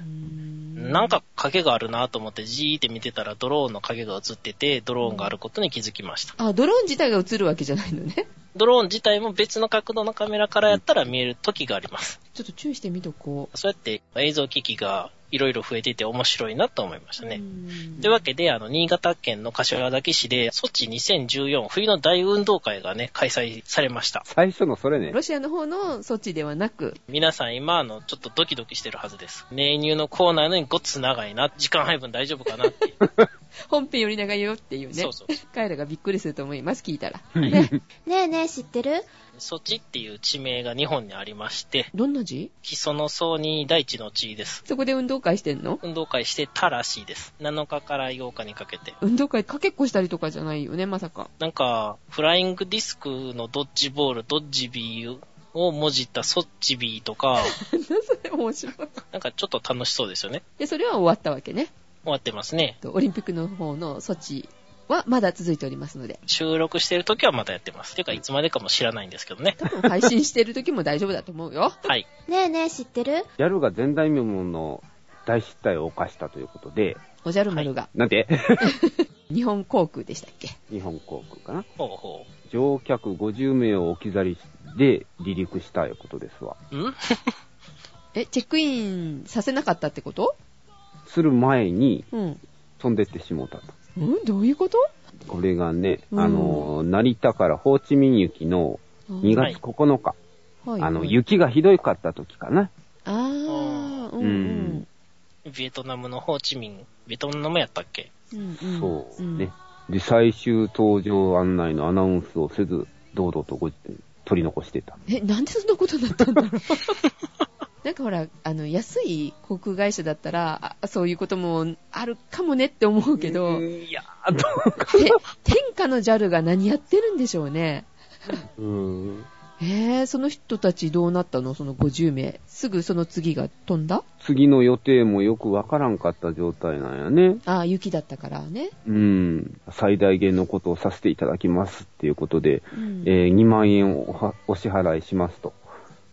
[SPEAKER 4] なんか影があるなと思ってじーって見てたらドローンの影が映ってて、ドローンがあることに気づきました。
[SPEAKER 3] あ、ドローン自体が映るわけじゃないのね。 (laughs)
[SPEAKER 4] ドローン自体も別の角度のカメラからやったら見える時があります。
[SPEAKER 3] ちょっと注意してみとこ
[SPEAKER 4] そうやって映像機器がいろいろ増えてて面白いなと思いましたね。
[SPEAKER 3] うん
[SPEAKER 4] というわけで、あの、新潟県の柏崎市で、ソチ2014冬の大運動会がね、開催されました。
[SPEAKER 5] 最初のそれね。
[SPEAKER 3] ロシアの方の措置ではなく、
[SPEAKER 4] 皆さん今、あの、ちょっとドキドキしてるはずです。練乳のコーナーなのにごっつ長いな、時間配分大丈夫かなっていう。
[SPEAKER 3] (laughs) 本編より長いよっていうね。
[SPEAKER 4] そうそう。
[SPEAKER 3] (laughs) 彼らがびっくりすると思います、聞いたら。
[SPEAKER 1] ねえねえ、知ってる
[SPEAKER 4] ソチっていう地名が日本にありまして、
[SPEAKER 3] どんな字
[SPEAKER 4] 基礎の層に大地の地です。
[SPEAKER 3] そこで運動会してんの
[SPEAKER 4] 運動会してたらしいです。7日から8日にかけて。
[SPEAKER 3] 運動会かけっこしたりとかじゃないよね、まさか。 (laughs)
[SPEAKER 4] なんか、フライングディスクのドッジボール、ドッジビーをもじったソッチビーとか、
[SPEAKER 3] それ面白い。
[SPEAKER 4] なんかちょっと楽しそうですよね。
[SPEAKER 3] で、それは終わったわけね。
[SPEAKER 4] 終わってますね。
[SPEAKER 3] とオリンピックの方の措置はまだ続いておりますので。
[SPEAKER 4] 収録してる時はまたやってます。てか、いつまでかも知らないんですけどね。
[SPEAKER 3] 多分配信してる時も大丈夫だと思うよ。
[SPEAKER 4] はい。
[SPEAKER 1] ねえねえ、知ってる
[SPEAKER 5] ギャルが前代未聞の大失態を犯したということで、
[SPEAKER 3] おじゃる丸が、
[SPEAKER 5] なんて (laughs)
[SPEAKER 3] 日本航空でしたっけ
[SPEAKER 5] 日本航空かな
[SPEAKER 4] ほうほ
[SPEAKER 5] 乗客50名を置き去りで離陸したいうことですわ。
[SPEAKER 4] う。ん (laughs)
[SPEAKER 3] え、チェックインさせなかったってこと
[SPEAKER 5] する前に
[SPEAKER 3] うん。
[SPEAKER 5] 飛んでってしもうたと。
[SPEAKER 3] うんどういうこと
[SPEAKER 5] これがね、
[SPEAKER 3] うん
[SPEAKER 5] あの、成田からホーチミン行きの2
[SPEAKER 4] が
[SPEAKER 5] 月9日、
[SPEAKER 3] はい
[SPEAKER 5] あの、
[SPEAKER 3] はい
[SPEAKER 5] 雪がひどいかった時かな。
[SPEAKER 3] あー、うんう
[SPEAKER 5] うんん。
[SPEAKER 4] ベトナムのホーチミン、ベトナムやったっけ
[SPEAKER 3] うんうん
[SPEAKER 5] そう
[SPEAKER 3] うん
[SPEAKER 5] ね。で、最終搭乗案内のアナウンスをせず、堂々とご取り残してた。
[SPEAKER 3] え、なんでそんなことになったんだろう (laughs) なんかほら、あの、安い航空会社だったら、あそういうこともあるかもねって思うけど、
[SPEAKER 5] いやー、どうか。
[SPEAKER 3] て天下の JAL が何やってるんでしょうね。
[SPEAKER 5] うん。
[SPEAKER 3] えー、その人たちどうなったのその50名。すぐその次が飛んだ
[SPEAKER 5] 次の予定もよくわからんかった状態なんやね。
[SPEAKER 3] ああ、雪だったからね。
[SPEAKER 5] うん。最大限のことをさせていただきますっていうことで、
[SPEAKER 3] うん
[SPEAKER 5] えー2万円をおはお支払いしますと。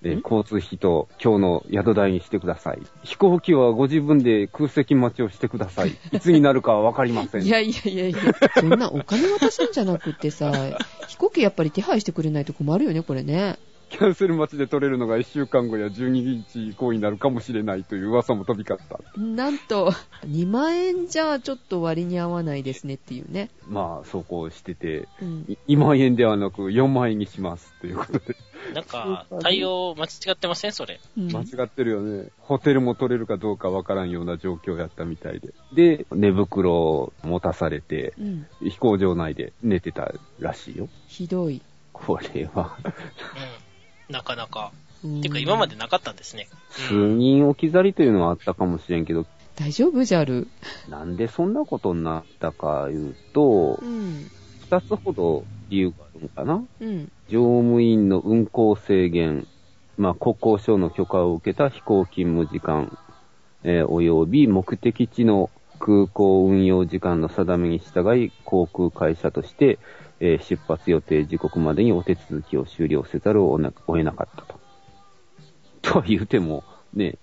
[SPEAKER 5] えー
[SPEAKER 3] ん
[SPEAKER 5] 交通費と今日の宿代にしてください。飛行機はご自分で空席待ちをしてくだ
[SPEAKER 3] (laughs)
[SPEAKER 5] さい。いつになるかはわかりません。
[SPEAKER 3] いやいやいやいや、そんなお金渡すんじゃなくって (laughs) さ、飛行機やっぱり手配してくれないと困るよね、これね。
[SPEAKER 5] キャンセル待ちで取れるのが1週間後や12日以降になるかもしれないという噂も飛び交った。
[SPEAKER 3] なんと、2万円じゃちょっと割に合わないですねっていうね。
[SPEAKER 5] まあ、そうこうしてて、
[SPEAKER 3] うん
[SPEAKER 5] い2万円ではなく4万円にしますということで、
[SPEAKER 4] なんか、対応間違ってませんそれ。
[SPEAKER 3] うん
[SPEAKER 5] 間違ってるよね。ホテルも取れるかどうかわからんような状況やったみたいで。で、寝袋を持たされて、
[SPEAKER 3] うん
[SPEAKER 5] 飛行場内で寝てたらしいよ。
[SPEAKER 3] ひどい。
[SPEAKER 5] これ
[SPEAKER 3] (laughs)
[SPEAKER 5] は、
[SPEAKER 4] うん。なかなか。
[SPEAKER 3] うん
[SPEAKER 4] てか、今までなかったんですね。
[SPEAKER 5] 数人置き去りというのはあったかもしれんけど、
[SPEAKER 3] 大丈夫じゃる。
[SPEAKER 5] なんでそんなことになったかいうと
[SPEAKER 3] う、ん。
[SPEAKER 5] 二つほど理由があるのかな
[SPEAKER 3] うん。
[SPEAKER 5] 乗務員の運行制限、まあ、国交省の許可を受けた飛行勤務時間、えーおよび目的地の空港運用時間の定めに従い、航空会社として、えー出発予定時刻までにお手続きを終了せざるを得なかったと。とは言うても、ね、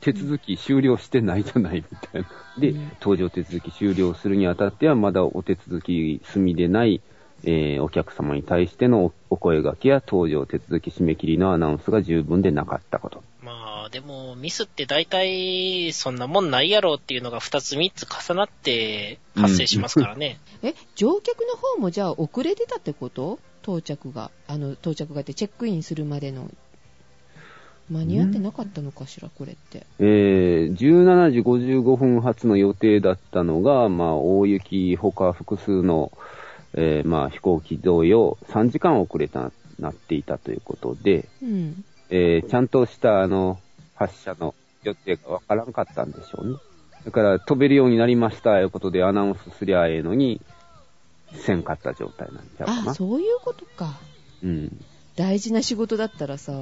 [SPEAKER 5] 手続き終了してないじゃないみたいな。で
[SPEAKER 3] うん、
[SPEAKER 5] 搭乗手続き終了するにあたっては、まだお手続き済みでない、えーお客様に対してのお声掛けや搭乗手続き締め切りのアナウンスが十分でなかったこと。
[SPEAKER 4] まあ、でも、ミスって大体、そんなもんないやろっていうのが2つ3つ重なって発生しますからね。
[SPEAKER 3] え、乗客の方もじゃあ遅れてたってこと到着が。あの、到着がってチェックインするまでの。間に合ってなかったのかしら、これって。
[SPEAKER 5] えー17時55分発の予定だったのが、まあ、大雪ほか複数の、えーまあ、飛行機同様3時間遅れた、なっていたということで、
[SPEAKER 3] うん。
[SPEAKER 5] えーちゃんとした、あの、発射の予定がわからんかったんでしょうね。だから、飛べるようになりました、いうことでアナウンスすりゃええのに、せんかった状態なんちゃうか
[SPEAKER 3] あ、
[SPEAKER 5] な。
[SPEAKER 3] そういうことか。
[SPEAKER 5] うん。
[SPEAKER 3] 大事な仕事だったらさ、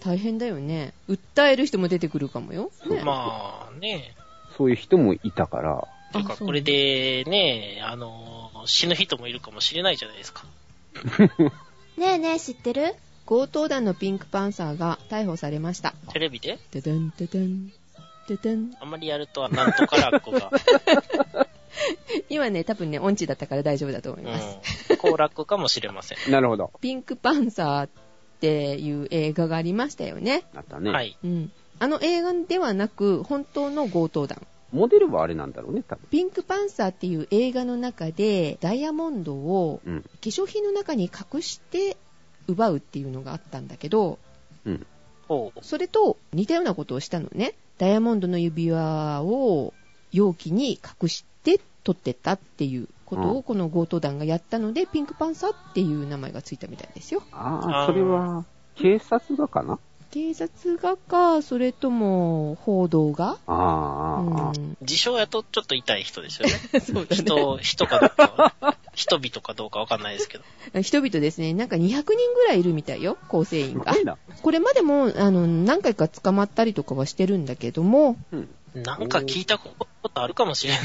[SPEAKER 3] 大変だよね。訴える人も出てくるかもよ。ね、
[SPEAKER 4] まあね、
[SPEAKER 5] そういう人もいたから、
[SPEAKER 4] ていうかこれでね、あの、死ぬ人もいるかもしれないじゃないですか。
[SPEAKER 1] ねえねえ、知ってる
[SPEAKER 3] 強盗団のピンクパンサーが逮捕されました。
[SPEAKER 4] テレビで
[SPEAKER 3] ててんててん。ててん。
[SPEAKER 4] あんまりやると、なんとかラッコが、
[SPEAKER 3] 今ね、多分ね、音痴だったから大丈夫だと思いうます。
[SPEAKER 4] ん、行楽かもしれません。
[SPEAKER 5] なるほど。
[SPEAKER 3] ピンクパンサーっていう映画がありましたよね。
[SPEAKER 5] なったね。
[SPEAKER 4] はい。
[SPEAKER 3] うん。あの映画ではなく、本当の強盗団。
[SPEAKER 5] モデルはあれなんだろうね、多分。
[SPEAKER 3] ピンクパンサーっていう映画の中で、ダイヤモンドを
[SPEAKER 5] うん。
[SPEAKER 3] 化粧品の中に隠して奪うっていうのがあったんだけど、
[SPEAKER 5] うん。
[SPEAKER 4] ほう。
[SPEAKER 3] それと似たようなことをしたのね。ダイヤモンドの指輪を容器に隠して取ってったっていうこと
[SPEAKER 5] うん
[SPEAKER 3] をこの強盗団がやったので、ピンクパンサーっていう名前がついたみたいですよ。
[SPEAKER 5] ああ、
[SPEAKER 4] あー
[SPEAKER 5] それは、警察がかな
[SPEAKER 3] 警察がか、それとも報道が
[SPEAKER 5] あー
[SPEAKER 3] う
[SPEAKER 5] あー、あー
[SPEAKER 3] ん。
[SPEAKER 4] 自称やとちょっと痛い人ですよね。
[SPEAKER 3] (laughs) そうだね。
[SPEAKER 4] 人、人かどうかは、人々かどうかわかんないですけど。
[SPEAKER 3] 人々ですね、なんか200人ぐらいいるみたいよ、構成員
[SPEAKER 5] す
[SPEAKER 3] が
[SPEAKER 5] ご。いな。
[SPEAKER 3] これまでも、あの、何回か捕まったりとかはしてるんだけども、
[SPEAKER 5] うん。
[SPEAKER 4] なんか聞いたことあるかもしれない。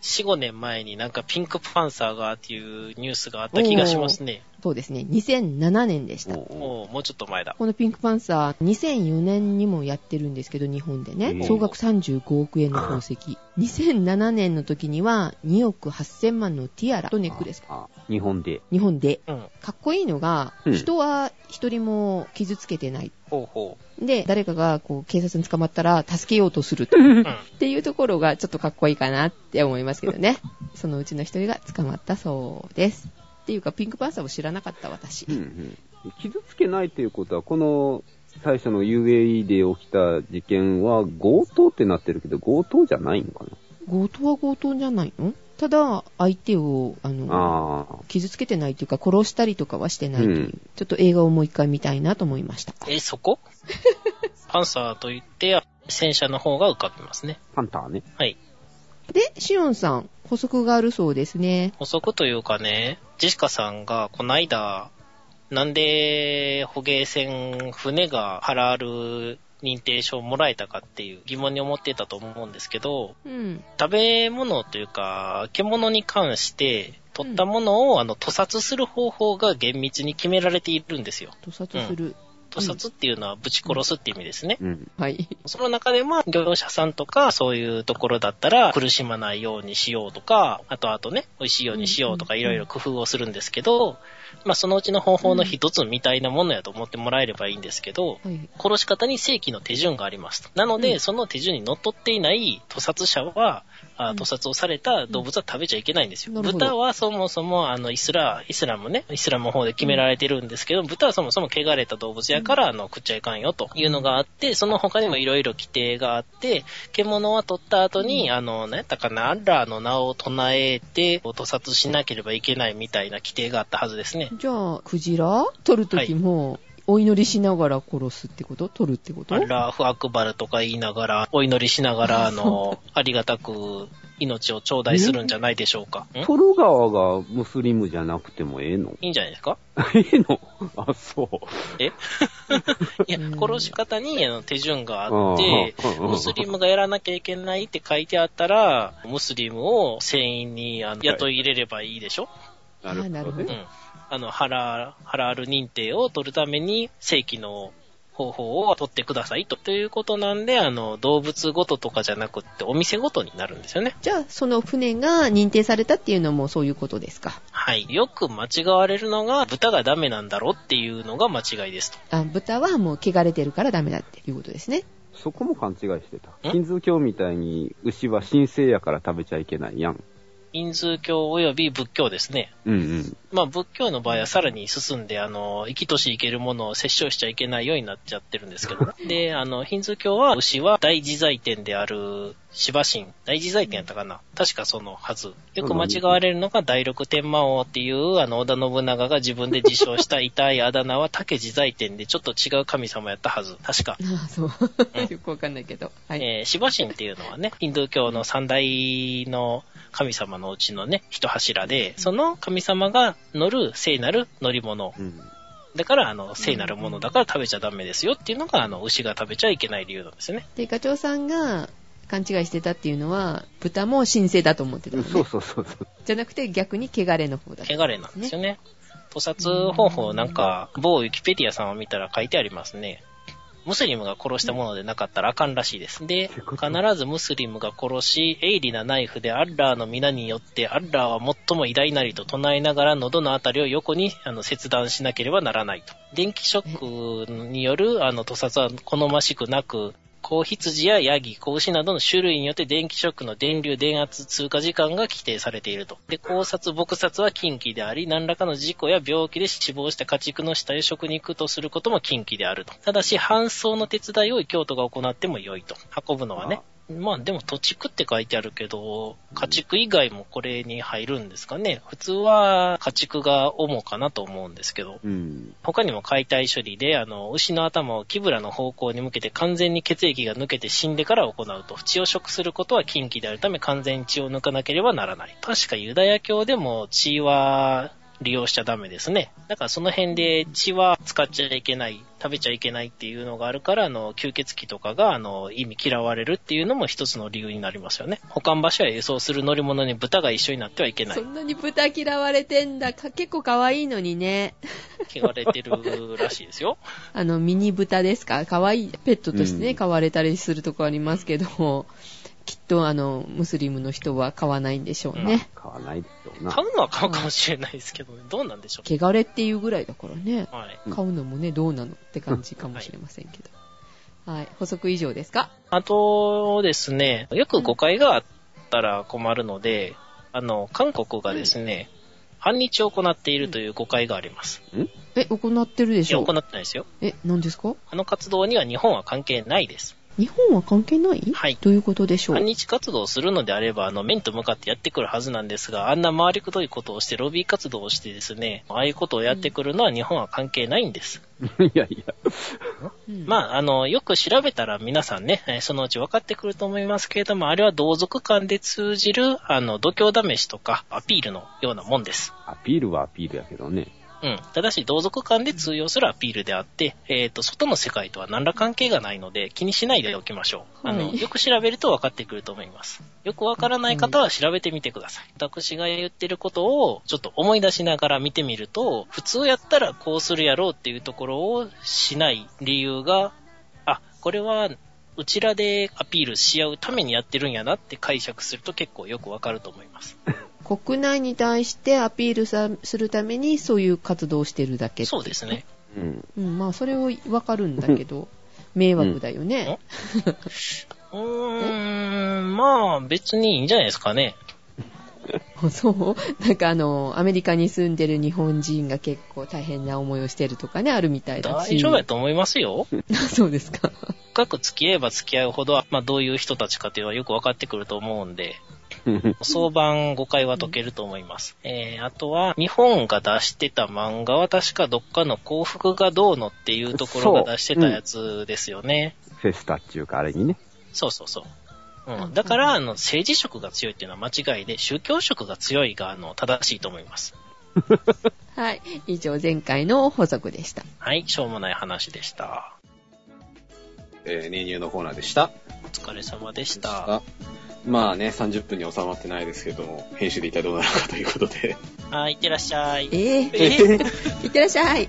[SPEAKER 4] 4、5年前になんかピンクパンサーがっていうニュースがあった気がしますね。
[SPEAKER 3] そうですね、2007年でした。
[SPEAKER 5] おう
[SPEAKER 4] もう、もうちょっと前だ。
[SPEAKER 3] このピンクパンサー、2004年にもやってるんですけど、日本で
[SPEAKER 5] うん
[SPEAKER 3] ね、総額35億円の宝石。2007年の時には、2億8000万のティアラとネックレス。
[SPEAKER 5] あー日本で。
[SPEAKER 3] 日本で。
[SPEAKER 4] うん。
[SPEAKER 3] かっこいいのが、
[SPEAKER 5] うん
[SPEAKER 3] 人は一人も傷つけてない。
[SPEAKER 4] ほうほ
[SPEAKER 3] で、誰かがこう警察に捕まったら助けようとすると。
[SPEAKER 4] う。う。
[SPEAKER 5] うん
[SPEAKER 3] っていうところがちょっとかっこいいかなって思いますけどね。そのうちの一人が捕まったそうです。っていうか、ピンクパンサーを知らなかった私。
[SPEAKER 5] ん。傷つけないということは、この最初の UAE で起きた事件は強盗ってなってるけど、強盗じゃないのか
[SPEAKER 3] 強盗は強盗じゃないのただ、相手を、あ
[SPEAKER 5] な、
[SPEAKER 3] の、
[SPEAKER 5] ああ。
[SPEAKER 3] 傷つけてないというか、殺したりとかはしてないという、
[SPEAKER 5] うん
[SPEAKER 3] ちょっと映画をもう一回見たいなと思いました。
[SPEAKER 4] え、そこパンサーと言って、戦車の方が浮かびますね。
[SPEAKER 5] ハンターね。
[SPEAKER 4] はい。
[SPEAKER 3] で、シオンさん、補足があるそうですね。
[SPEAKER 4] 補足というかね、ジェシカさんが、こないだ、なんで、捕鯨船、船がハラール認定証をもらえたかっていう疑問に思ってたと思うんですけど、
[SPEAKER 3] うん。
[SPEAKER 4] 食べ物というか、獣に関して、取ったものを、あの、屠殺する方法が厳密に決められているんですよ。
[SPEAKER 3] 屠殺する。
[SPEAKER 4] 屠殺っていうのは、ぶち殺すっていう意味ですね。
[SPEAKER 5] うん。
[SPEAKER 3] はい。
[SPEAKER 4] その中で、まあ、業者さんとか、そういうところだったら、苦しまないようにしようとか、あとあとね、美味しいようにしようとか、
[SPEAKER 3] うん
[SPEAKER 4] いろいろ工夫をするんですけど、まあ、そのうちの方法の一つみたいなものやと思ってもらえればいいんですけど、
[SPEAKER 3] はい。
[SPEAKER 4] 殺し方に正規の手順がありますと。なので、
[SPEAKER 3] うん
[SPEAKER 4] その手順に乗っ取っていない屠殺者は、あ
[SPEAKER 3] うん
[SPEAKER 4] 屠殺をされた動物は食べちゃいけないんですよ。
[SPEAKER 3] なるほど
[SPEAKER 4] 豚はそもそも、あの、イスラ、イスラムね、イスラムの方で決められてるんですけど、豚はそもそも汚れた動物やから、あの、食っちゃいかんよというのがあって、その他にもいろいろ規定があって、獣は取った後に、あの、何やったかな、アッラーの名を唱えて、屠殺しなければいけないみたいな規定があったはずですね。
[SPEAKER 3] じゃあ、クジラ取るときも、お祈りしながら殺すってこと取るってこと
[SPEAKER 4] アッラーフアクバルとか言いながら、お祈りしながら、あ
[SPEAKER 5] (laughs)
[SPEAKER 4] の、ありがたく命を頂戴するんじゃないでしょうか。ん
[SPEAKER 5] トロ川がムスリムじゃなくてもええの (laughs)
[SPEAKER 4] いいんじゃないですか
[SPEAKER 5] ええのあ、そう。 (laughs)
[SPEAKER 4] えいや、殺し方にあの手順があって、
[SPEAKER 5] うんうん
[SPEAKER 4] ムスリムがやらなきゃいけないって書いてあったら、ムスリムを船員にあの雇い入れればいいでしょ、
[SPEAKER 5] なるほどね
[SPEAKER 3] あーなるほ
[SPEAKER 4] う
[SPEAKER 3] ど
[SPEAKER 4] ん。あの、ハラ、ハラール認定を取るために、正規の方法を取ってくださいと。ということなんで、あの、動物ごととかじゃなくって、お店ごとになるんですよね。
[SPEAKER 3] じゃあ、その船が認定されたっていうのもそういうことですか。
[SPEAKER 4] はい。よく間違われるのが、豚がダメなんだろっていうのが間違いですと。
[SPEAKER 3] あ豚はもう汚れてるからダメだっていうことですね。
[SPEAKER 5] そこも勘違いしてた。
[SPEAKER 4] ん
[SPEAKER 5] ヒンズー教みたいに牛は神聖やから食べちゃいけないやん。
[SPEAKER 4] ヒンズー教及び仏教ですね。
[SPEAKER 5] うん
[SPEAKER 4] まあ、仏教の場合はさらに進んで、あの、生きとし生けるものを摂取しちゃいけないようになっちゃってるんですけどね。で、あの、ヒンズー教は、牛は大自在天である芝神、大自在天やったかな確かそのはず。よく間違われるのが第六天魔王っていう、あの、織田信長が自分で自称した (laughs) 痛いあだ名は竹自在天でちょっと違う神様やったはず。確か。
[SPEAKER 3] ああ、そう。 (laughs) よくわかんないけど。はい。
[SPEAKER 4] えー、シバ神っていうのはね、ヒンドゥー教の三大の神様のうちのね、一柱で、その神様が乗る聖なる乗り物。
[SPEAKER 5] うん。うん。
[SPEAKER 4] だから、あの、聖なるものだから食べちゃダメですよっていうのが、あの、牛が食べちゃいけない理由なんですね。
[SPEAKER 3] で、課長さんが勘違いしてたっていうのは、豚も神聖だと思ってたの
[SPEAKER 5] そう
[SPEAKER 3] ね。
[SPEAKER 5] そうそうそう。
[SPEAKER 3] じゃなくて逆に汚れの方だった。
[SPEAKER 4] 汚れなんですよね。屠殺方法なんか、某ウィキペディアさんを見たら書いてありますね。ムスリムが殺したものでなかったらあかんらしいです。で、
[SPEAKER 5] てこと
[SPEAKER 4] 必ずムスリムが殺し、鋭利なナイフでアッラーの皆によって、アッラーは最も偉大なりと唱えながら喉のあたりを横にあの切断しなければならないと。電気ショックによるあの屠殺は好ましくなく、子羊やヤギ、子牛などの種類によって電気ショックの電流、電圧、通過時間が規定されていると。で、考察、撲殺は禁忌であり、何らかの事故や病気で死亡した家畜の死体を食肉とすることも禁忌であると。ただし、搬送の手伝いを京都が行っても良いと。運ぶのはね。まあでも、土畜って書いてあるけど、家畜以外もこれに入るんですかね。普通は家畜が主かなと思うんですけど。
[SPEAKER 5] うん。
[SPEAKER 4] 他にも解体処理で、あの、牛の頭をキブラの方向に向けて完全に血液が抜けて死んでから行うと。血を食することは禁忌であるため完全に血を抜かなければならない。確かユダヤ教でも血は利用しちゃダメですね。だからその辺で血は使っちゃいけない、食べちゃいけないっていうのがあるから、あの、吸血鬼とかが、あの、意味嫌われるっていうのも一つの理由になりますよね。保管場所や輸送する乗り物に豚が一緒になってはいけない
[SPEAKER 3] (laughs) そ。んなに豚嫌われてんだ。か結構可愛いのにね。
[SPEAKER 4] 汚れてるらしいですよ。
[SPEAKER 3] あの、ミニ豚ですか可愛い、ペットとしてね、
[SPEAKER 5] うん
[SPEAKER 3] 飼われたりするとこありますけど、きっとあの、ムスリムの人は飼わないんでしょうね。
[SPEAKER 5] 買わないでしょうな。
[SPEAKER 4] 買うのは買うかもしれないですけどね。どうなんでしょ
[SPEAKER 3] 汚れっていうぐらいだからね
[SPEAKER 4] う。。はい。
[SPEAKER 5] うん
[SPEAKER 3] 飼うのもね、どうなのって感じかもしれませんけど。はい。補足以上ですか
[SPEAKER 4] あとですね、よく誤解があったら困るので、あの、韓国がですね、反日を行っているという誤解があります。
[SPEAKER 3] え、行ってるで
[SPEAKER 4] い
[SPEAKER 3] し
[SPEAKER 4] や、
[SPEAKER 3] ょ
[SPEAKER 4] 行
[SPEAKER 3] う
[SPEAKER 4] ってないですよ。
[SPEAKER 3] え、何ですか
[SPEAKER 4] あの活動には日本は関係ないです。
[SPEAKER 3] 日本は関係ない
[SPEAKER 4] はい
[SPEAKER 3] ということでしょう
[SPEAKER 4] 反日活動をするのであれば、あの、面と向かってやってくるはずなんですが、あんな回りくどいことをして、ロビー活動をしてですね、ああいうことをやってくるのは日本は関係ないんです。
[SPEAKER 5] いやいや。
[SPEAKER 3] うん
[SPEAKER 4] まあ、あの、よく調べたら皆さんね、えーそのうち分かってくると思いますけれども、あれは同族間で通じる、あの、度胸試しとか、アピールのようなもんです。
[SPEAKER 5] アピールはアピールやけどね。
[SPEAKER 4] うん。ただし、同族間で通用するアピールであって、えっ、と、外の世界とは何ら関係がないので、気にしないでおきましょう。あ
[SPEAKER 3] は
[SPEAKER 4] の、
[SPEAKER 3] い
[SPEAKER 4] よく調べると分かってくると思います。よく分からない方は調べてみてください。私が言ってることを、ちょっと思い出しながら見てみると、普通やったらこうするやろうっていうところをしない理由が、あ、これは、うちらでアピールし合うためにやってるんやなって解釈すると結構よくわかると思います。
[SPEAKER 3] 国内に対してアピールさするためにそういう活動をしてるだけ。
[SPEAKER 4] そうですね。
[SPEAKER 5] うん。
[SPEAKER 3] うん、まあそれをわかるんだけど、迷惑だよね。
[SPEAKER 4] うーん、まあ、別にいいんじゃないですかね。
[SPEAKER 3] (laughs) そうなんかあの、アメリカに住んでる日本人が結構大変な思いをしてるとかね、あるみたいだし。
[SPEAKER 4] 大丈夫やと思いますよ。
[SPEAKER 3] (laughs) そうですか。
[SPEAKER 4] 深く付き合えば付き合うほど、まあどういう人たちかというのはよく分かってくると思うんで、相番誤解は解けると思います。えー、あとは、日本が出してた漫画は確かどっかの幸福がどうのっていうところが出してたやつですよね。
[SPEAKER 5] フェスタっちゅうか、あれにね。
[SPEAKER 4] そうそうそう。うん、だから、あの、政治色が強いっていうのは間違いで、宗教色が強いが、あの、正しいと思います。
[SPEAKER 3] はい。以上、前回の補足でした。
[SPEAKER 4] はい、しょうもない話でした。
[SPEAKER 2] えー、年入のコーナーでした。
[SPEAKER 4] お疲れ様でし
[SPEAKER 2] した
[SPEAKER 4] た。
[SPEAKER 2] まあね、30分に収まってないですけども、編集で一体どうなるかということ
[SPEAKER 5] (laughs)
[SPEAKER 2] で。
[SPEAKER 4] はい、いってらっしゃい。
[SPEAKER 3] ええ
[SPEAKER 4] え
[SPEAKER 3] いってらっしゃい。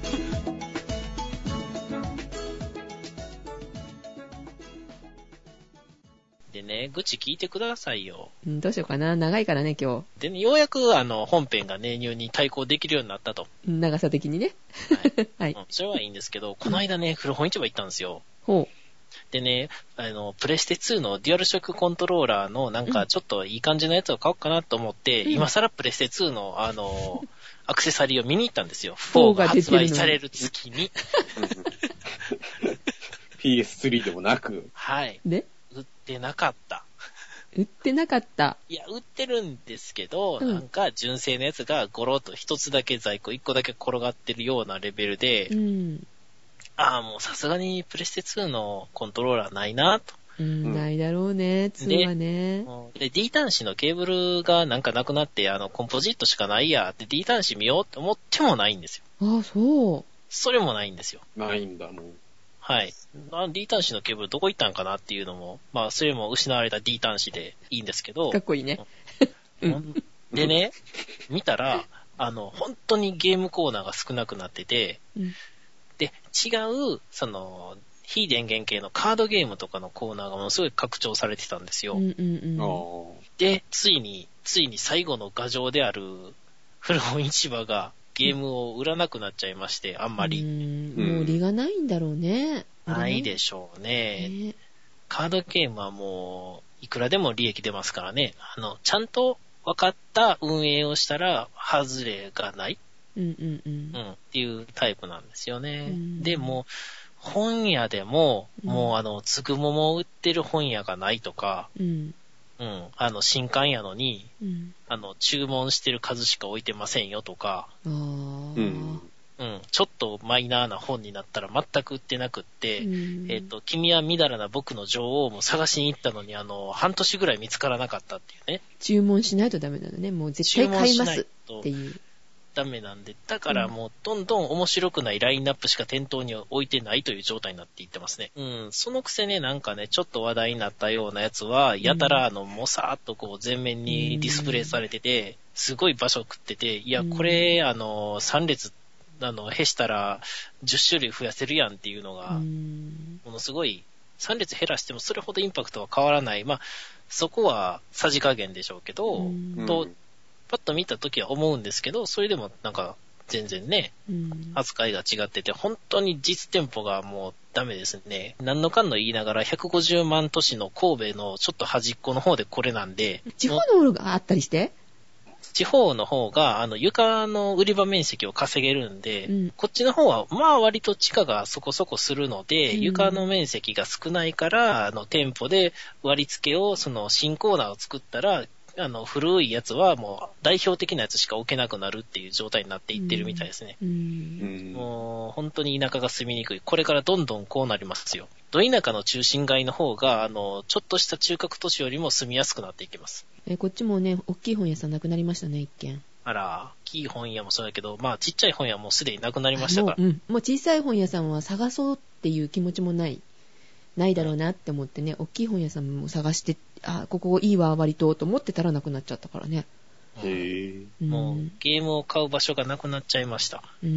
[SPEAKER 4] でね、愚痴聞いてくださいよ。
[SPEAKER 3] うんどうしようかな。長いからね、今
[SPEAKER 4] でね、ようやくあの、本編が年入に対抗できるようになったと。
[SPEAKER 3] 日。長さ的にね。 (laughs) はい
[SPEAKER 4] うん。それはいいんですけど、この間ね、古本市場行ったんですよ。
[SPEAKER 3] ほ
[SPEAKER 4] でね、あの、プレステ2のデュアルショックコントローラーのなんかちょっといい感じのやつを買おうかなと思って、
[SPEAKER 3] うん
[SPEAKER 4] 今更プレステ2のあの、アクセサリーを見に行ったんですよ。
[SPEAKER 3] 4
[SPEAKER 4] 4
[SPEAKER 3] が
[SPEAKER 4] が
[SPEAKER 3] 出て
[SPEAKER 4] 発
[SPEAKER 3] るのに
[SPEAKER 4] 売される月に。
[SPEAKER 2] PS3 でもなく、
[SPEAKER 4] はい。
[SPEAKER 3] う。で、
[SPEAKER 4] 売ってなかった。
[SPEAKER 3] 売ってなかった。
[SPEAKER 4] いや、売ってるんですけど、
[SPEAKER 3] うん
[SPEAKER 4] なんか純正のやつがゴロッと一つだけ在庫、一個だけ転がってるようなレベルで、
[SPEAKER 3] うん。
[SPEAKER 4] ああ、もうさすがにプレステ2のコントローラーないなと。
[SPEAKER 3] うん、
[SPEAKER 2] ん
[SPEAKER 3] ないだろうね、2はね。
[SPEAKER 4] で、D 端子のケーブルがなんかなくなって、あの、コンポジットしかないやって D 端子見ようって思ってもないんですよ。
[SPEAKER 3] あ、そう。
[SPEAKER 4] それもないんですよ。
[SPEAKER 2] ないんだもん。
[SPEAKER 4] はい。あ D 端子のケーブルどこ行ったんかなっていうのも、まあ、それも失われた D 端子でいいんですけど
[SPEAKER 3] か、っこいいね。
[SPEAKER 4] でね、見たら、あの、本当にゲームコーナーが少なくなってて、
[SPEAKER 3] うん
[SPEAKER 4] で、違う、その、非電源系のカードゲームとかのコーナーがものすごい拡張されてたんですよ。
[SPEAKER 3] うんうんうん。
[SPEAKER 4] で、ついに、ついに最後の牙城である古本市場がゲームを売らなくなっちゃいまして、あんま
[SPEAKER 3] う
[SPEAKER 4] り
[SPEAKER 3] んもう売りがないんだろうね。。
[SPEAKER 4] ないですしょうね。
[SPEAKER 3] ね
[SPEAKER 4] カードゲームはもう、いくらでも利益出ますからね。あの、ちゃんと分かった運営をしたら、外れがない、
[SPEAKER 3] うんうんうん
[SPEAKER 4] う。ん、っていうタイプなんですよね。
[SPEAKER 3] うん
[SPEAKER 4] でも、本屋でも、
[SPEAKER 3] うん
[SPEAKER 4] もうあの、つくももを売ってる本屋がないとか、
[SPEAKER 3] うん。
[SPEAKER 4] うん、あの、新刊やのに、
[SPEAKER 3] うん。
[SPEAKER 4] あの、注文してる数しか置いてませんよとか、
[SPEAKER 3] ああ。
[SPEAKER 2] うん
[SPEAKER 4] うん、ちょっとマイナーな本になったら全く売ってなくって、
[SPEAKER 3] うん
[SPEAKER 4] えっ、、と、君はみだらな僕の女王も探しに行ったのに、あの、半年ぐらい見つからなかったっていうね。
[SPEAKER 3] 注文しないとダメなのね。もう絶対
[SPEAKER 4] 注文
[SPEAKER 3] 買い
[SPEAKER 4] し
[SPEAKER 3] ま
[SPEAKER 4] ない
[SPEAKER 3] すっ
[SPEAKER 4] と
[SPEAKER 3] ていう。
[SPEAKER 4] ダメなんで、だからもうどんどん面白くないラインナップしか店頭に置いてないという状態になっていってますね。うん、そのくせね、なんかね、ちょっと話題になったようなやつは、やたらあの、もさーっとこう前面にディスプレイされてて、すごい場所食ってて、いや、これ、あの、3列、あの、へしたら10種類増やせるやんっていうの
[SPEAKER 3] う
[SPEAKER 4] が、
[SPEAKER 3] ん。
[SPEAKER 4] ものすごい、3列減らしてもそれほどインパクトは変わらない。まあ、そこはさじ加減でしょうけど、
[SPEAKER 3] うん
[SPEAKER 4] とパッと見た時は思うんですけど、それでもなんか、全然ね、
[SPEAKER 3] うん
[SPEAKER 4] 扱いが違ってて、本当に実店舗がもうダメですね。何のかんの言いながら、150万都市の神戸のちょっと端っこの方でこれなんで、
[SPEAKER 3] 地方道路があったりして
[SPEAKER 4] 地方の方が、あの、床の売り場面積を稼げるんで、
[SPEAKER 3] うん
[SPEAKER 4] こっちの方は、まあ割と地価がそこそこするので、
[SPEAKER 3] うん
[SPEAKER 4] 床の面積が少ないから、あの、店舗で割り付けを、その、新コーナーを作ったら、あの、古いやつはもう代表的なやつしか置けなくなるっていう状態になっていってるみたいですね。
[SPEAKER 3] う。
[SPEAKER 2] うんん。
[SPEAKER 4] もう、本当に田舎が住みにくい。これからどんどんこうなりますよ。ど田舎の中心街の方が、あの、ちょっとした中核都市よりも住みやすくなっていきます。
[SPEAKER 3] え、こっちもね、大きい本屋さんなくなりましたね、一軒。
[SPEAKER 4] あら、大きい本屋もそうだけど、まあ、ちっちゃい本屋もすでになくなりました
[SPEAKER 3] も
[SPEAKER 4] か
[SPEAKER 3] う、
[SPEAKER 4] ら。
[SPEAKER 3] うん。もう小さい本屋さんは探そうっていう気持ちもない。ないだろうなって思ってね、大きい本屋さんも探して、あ、ここいいわ、割と、と思ってたらなくなっちゃったからね。
[SPEAKER 2] へえ。
[SPEAKER 3] うん
[SPEAKER 4] もう、ゲームを買う場所がなくなっちゃいました。
[SPEAKER 3] うー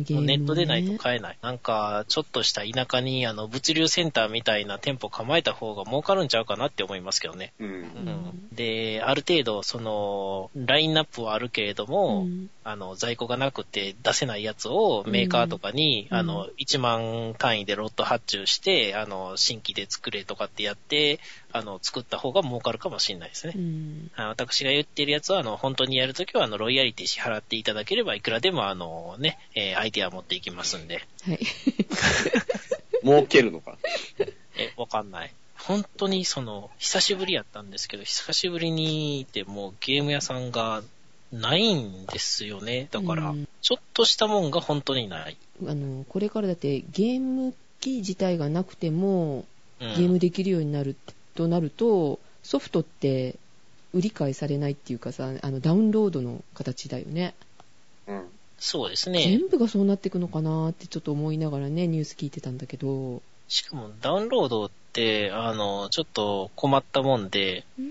[SPEAKER 3] ん、ゲー
[SPEAKER 4] もう
[SPEAKER 3] ム、
[SPEAKER 4] ネ
[SPEAKER 3] ね。
[SPEAKER 4] ットでないと買えない。なんか、ちょっとした田舎に、あの、物流センターみたいな店舗構えた方が儲かるんちゃうかなって思いますけどね。
[SPEAKER 2] う。
[SPEAKER 4] うんん。で、ある程度、その、ラインナップはあるけれども、
[SPEAKER 3] うん
[SPEAKER 4] あの、在庫がなくて出せないやつをメーカーとかに、
[SPEAKER 3] うん
[SPEAKER 4] あの、1万単位でロット発注して、あの、新規で作れとかってやって、あの、作った方が儲かるかもしれないですね
[SPEAKER 3] う。ん。
[SPEAKER 4] あの私が言ってるやつは、あの、本当にやるときは、あの、ロイヤリティ支払っていただければ、いくらでも、あの、ね、えーアイデア持っていきますんで。
[SPEAKER 3] はい。
[SPEAKER 2] 儲けるのか。
[SPEAKER 4] え、わかんない。本当に、その、久しぶりやったんですけど、久しぶりに、でもうゲーム屋さんがないんですよね。だか
[SPEAKER 3] (laughs) う
[SPEAKER 4] ら
[SPEAKER 3] ん、
[SPEAKER 4] ちょっとしたもんが本当にない。
[SPEAKER 3] あの、これからだって、ゲーム機自体がなくても、
[SPEAKER 4] うん
[SPEAKER 3] ゲームできるようになる、となると、ソフトって、売り買いされないっていうかさ、あの、ダウンロードの形だよね。
[SPEAKER 2] うん。
[SPEAKER 4] そうですね。
[SPEAKER 3] 全部がそうなっていくのかなーってちょっと思いながらね、ニュース聞いてたんだけど、
[SPEAKER 4] しかもダウンロードって、あの、ちょっと困ったもんで
[SPEAKER 3] ん、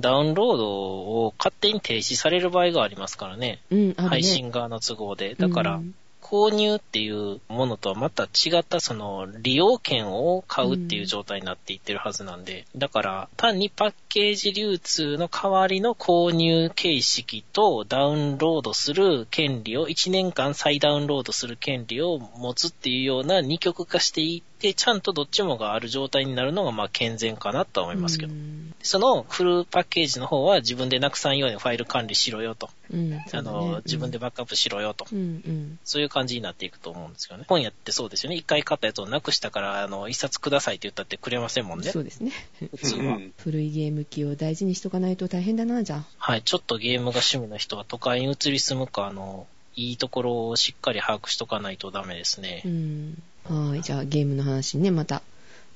[SPEAKER 4] ダウンロードを勝手に停止される場合がありますからね。
[SPEAKER 3] うん、あるね。
[SPEAKER 4] 配信側の都合で。だか
[SPEAKER 3] う
[SPEAKER 4] ら、
[SPEAKER 3] ん
[SPEAKER 4] 購入っていうものとはまた違ったその利用券を買うっていう状態になっていってるはずなんで、だから単にパッケージ流通の代わりの購入形式とダウンロードする権利を1年間再ダウンロードする権利を持つっていうような二極化していって、ちゃんとどっちもがある状態になるのがまあ健全かなとは思いますけど、
[SPEAKER 3] うん。
[SPEAKER 4] そのフルパッケージの方は自分でなくさんようにファイル管理しろよと、
[SPEAKER 3] うん
[SPEAKER 4] あの自分で。バックアップしろよと。
[SPEAKER 3] そうだねうん、うん
[SPEAKER 4] そういう感じになっていくと思うんですよね。本屋ってそうですよね。一回買ったやつをなくしたから、あの、一冊くださいって言ったってくれませんも
[SPEAKER 3] うんん。
[SPEAKER 4] ね
[SPEAKER 3] そ。うですね。
[SPEAKER 4] 普通は。
[SPEAKER 3] 古いゲーム機を大事にしとかないと大変だな、じゃあ。
[SPEAKER 4] はい。ちょっとゲームが趣味の人は都会に移り住むか、あの、いいところをしっかり把握しとかないとダメですね。
[SPEAKER 3] うん。はい、じゃあゲームの話ね、また、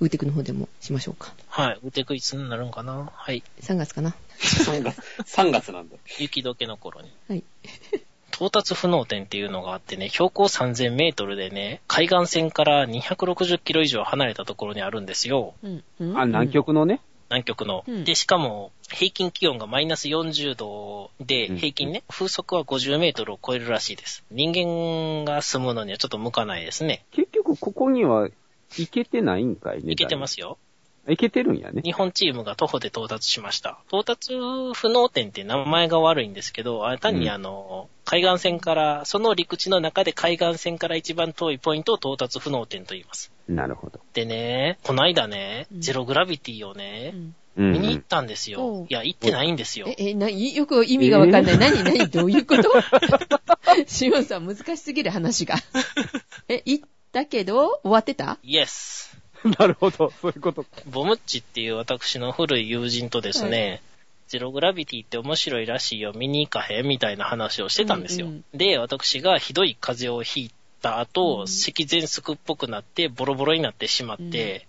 [SPEAKER 3] ウーテクの方でもしましょうか。
[SPEAKER 4] はい。ウテクいつになるんかなはい。
[SPEAKER 3] 3月かな。
[SPEAKER 2] 3月、3月なんだ。
[SPEAKER 4] 雪解けの頃に。
[SPEAKER 3] はい。
[SPEAKER 4] 到達不能点っていうのがあってね、標高3000メートルでね、海岸線から260キロ以上離れたところにあるんですよ。
[SPEAKER 3] うん。
[SPEAKER 5] あ、南極のね。
[SPEAKER 4] 南極の。
[SPEAKER 3] うん
[SPEAKER 4] で、しかも、平均気温がマイナス40度で、
[SPEAKER 5] うん
[SPEAKER 4] 平均ね、風速は50メートルを超えるらしいです。人間が住むのにはちょっと向かないですね。
[SPEAKER 5] 結局、ここには行けてないんかいね。
[SPEAKER 4] いけてますよ。
[SPEAKER 5] 誰いけてるんやね。
[SPEAKER 4] 日本チームが徒歩で到達しました。到達不能点って名前が悪いんですけど、あれ単にあの、海岸線から、その陸地の中で海岸線から一番遠いポイントを到達不能点と言います。
[SPEAKER 5] なるほど。
[SPEAKER 4] でね、こないだね、
[SPEAKER 3] うん
[SPEAKER 4] ゼログラビティをね
[SPEAKER 3] う、ん
[SPEAKER 5] うん、
[SPEAKER 4] 見に行ったんですよ。
[SPEAKER 3] おう
[SPEAKER 4] いや、行ってないんですよ。
[SPEAKER 3] え、え、な、いよく意味がわかんない。何、何、どういうこと (laughs) シオンさん、難しすぎる話
[SPEAKER 4] (laughs)
[SPEAKER 3] が。え、行ったけど、終わってた
[SPEAKER 4] イエス。
[SPEAKER 5] なるほど。そういうこと。
[SPEAKER 4] ボムッチっていう私の古い友人とですね、ゼログラビティって面白いらしいよ、見に行かへんみたいな話をしてたんですよ。
[SPEAKER 3] うん
[SPEAKER 4] で、私がひどい風邪をひいた後、
[SPEAKER 3] うん
[SPEAKER 4] 咳喘息っぽくなって、ボロボロになってしまって、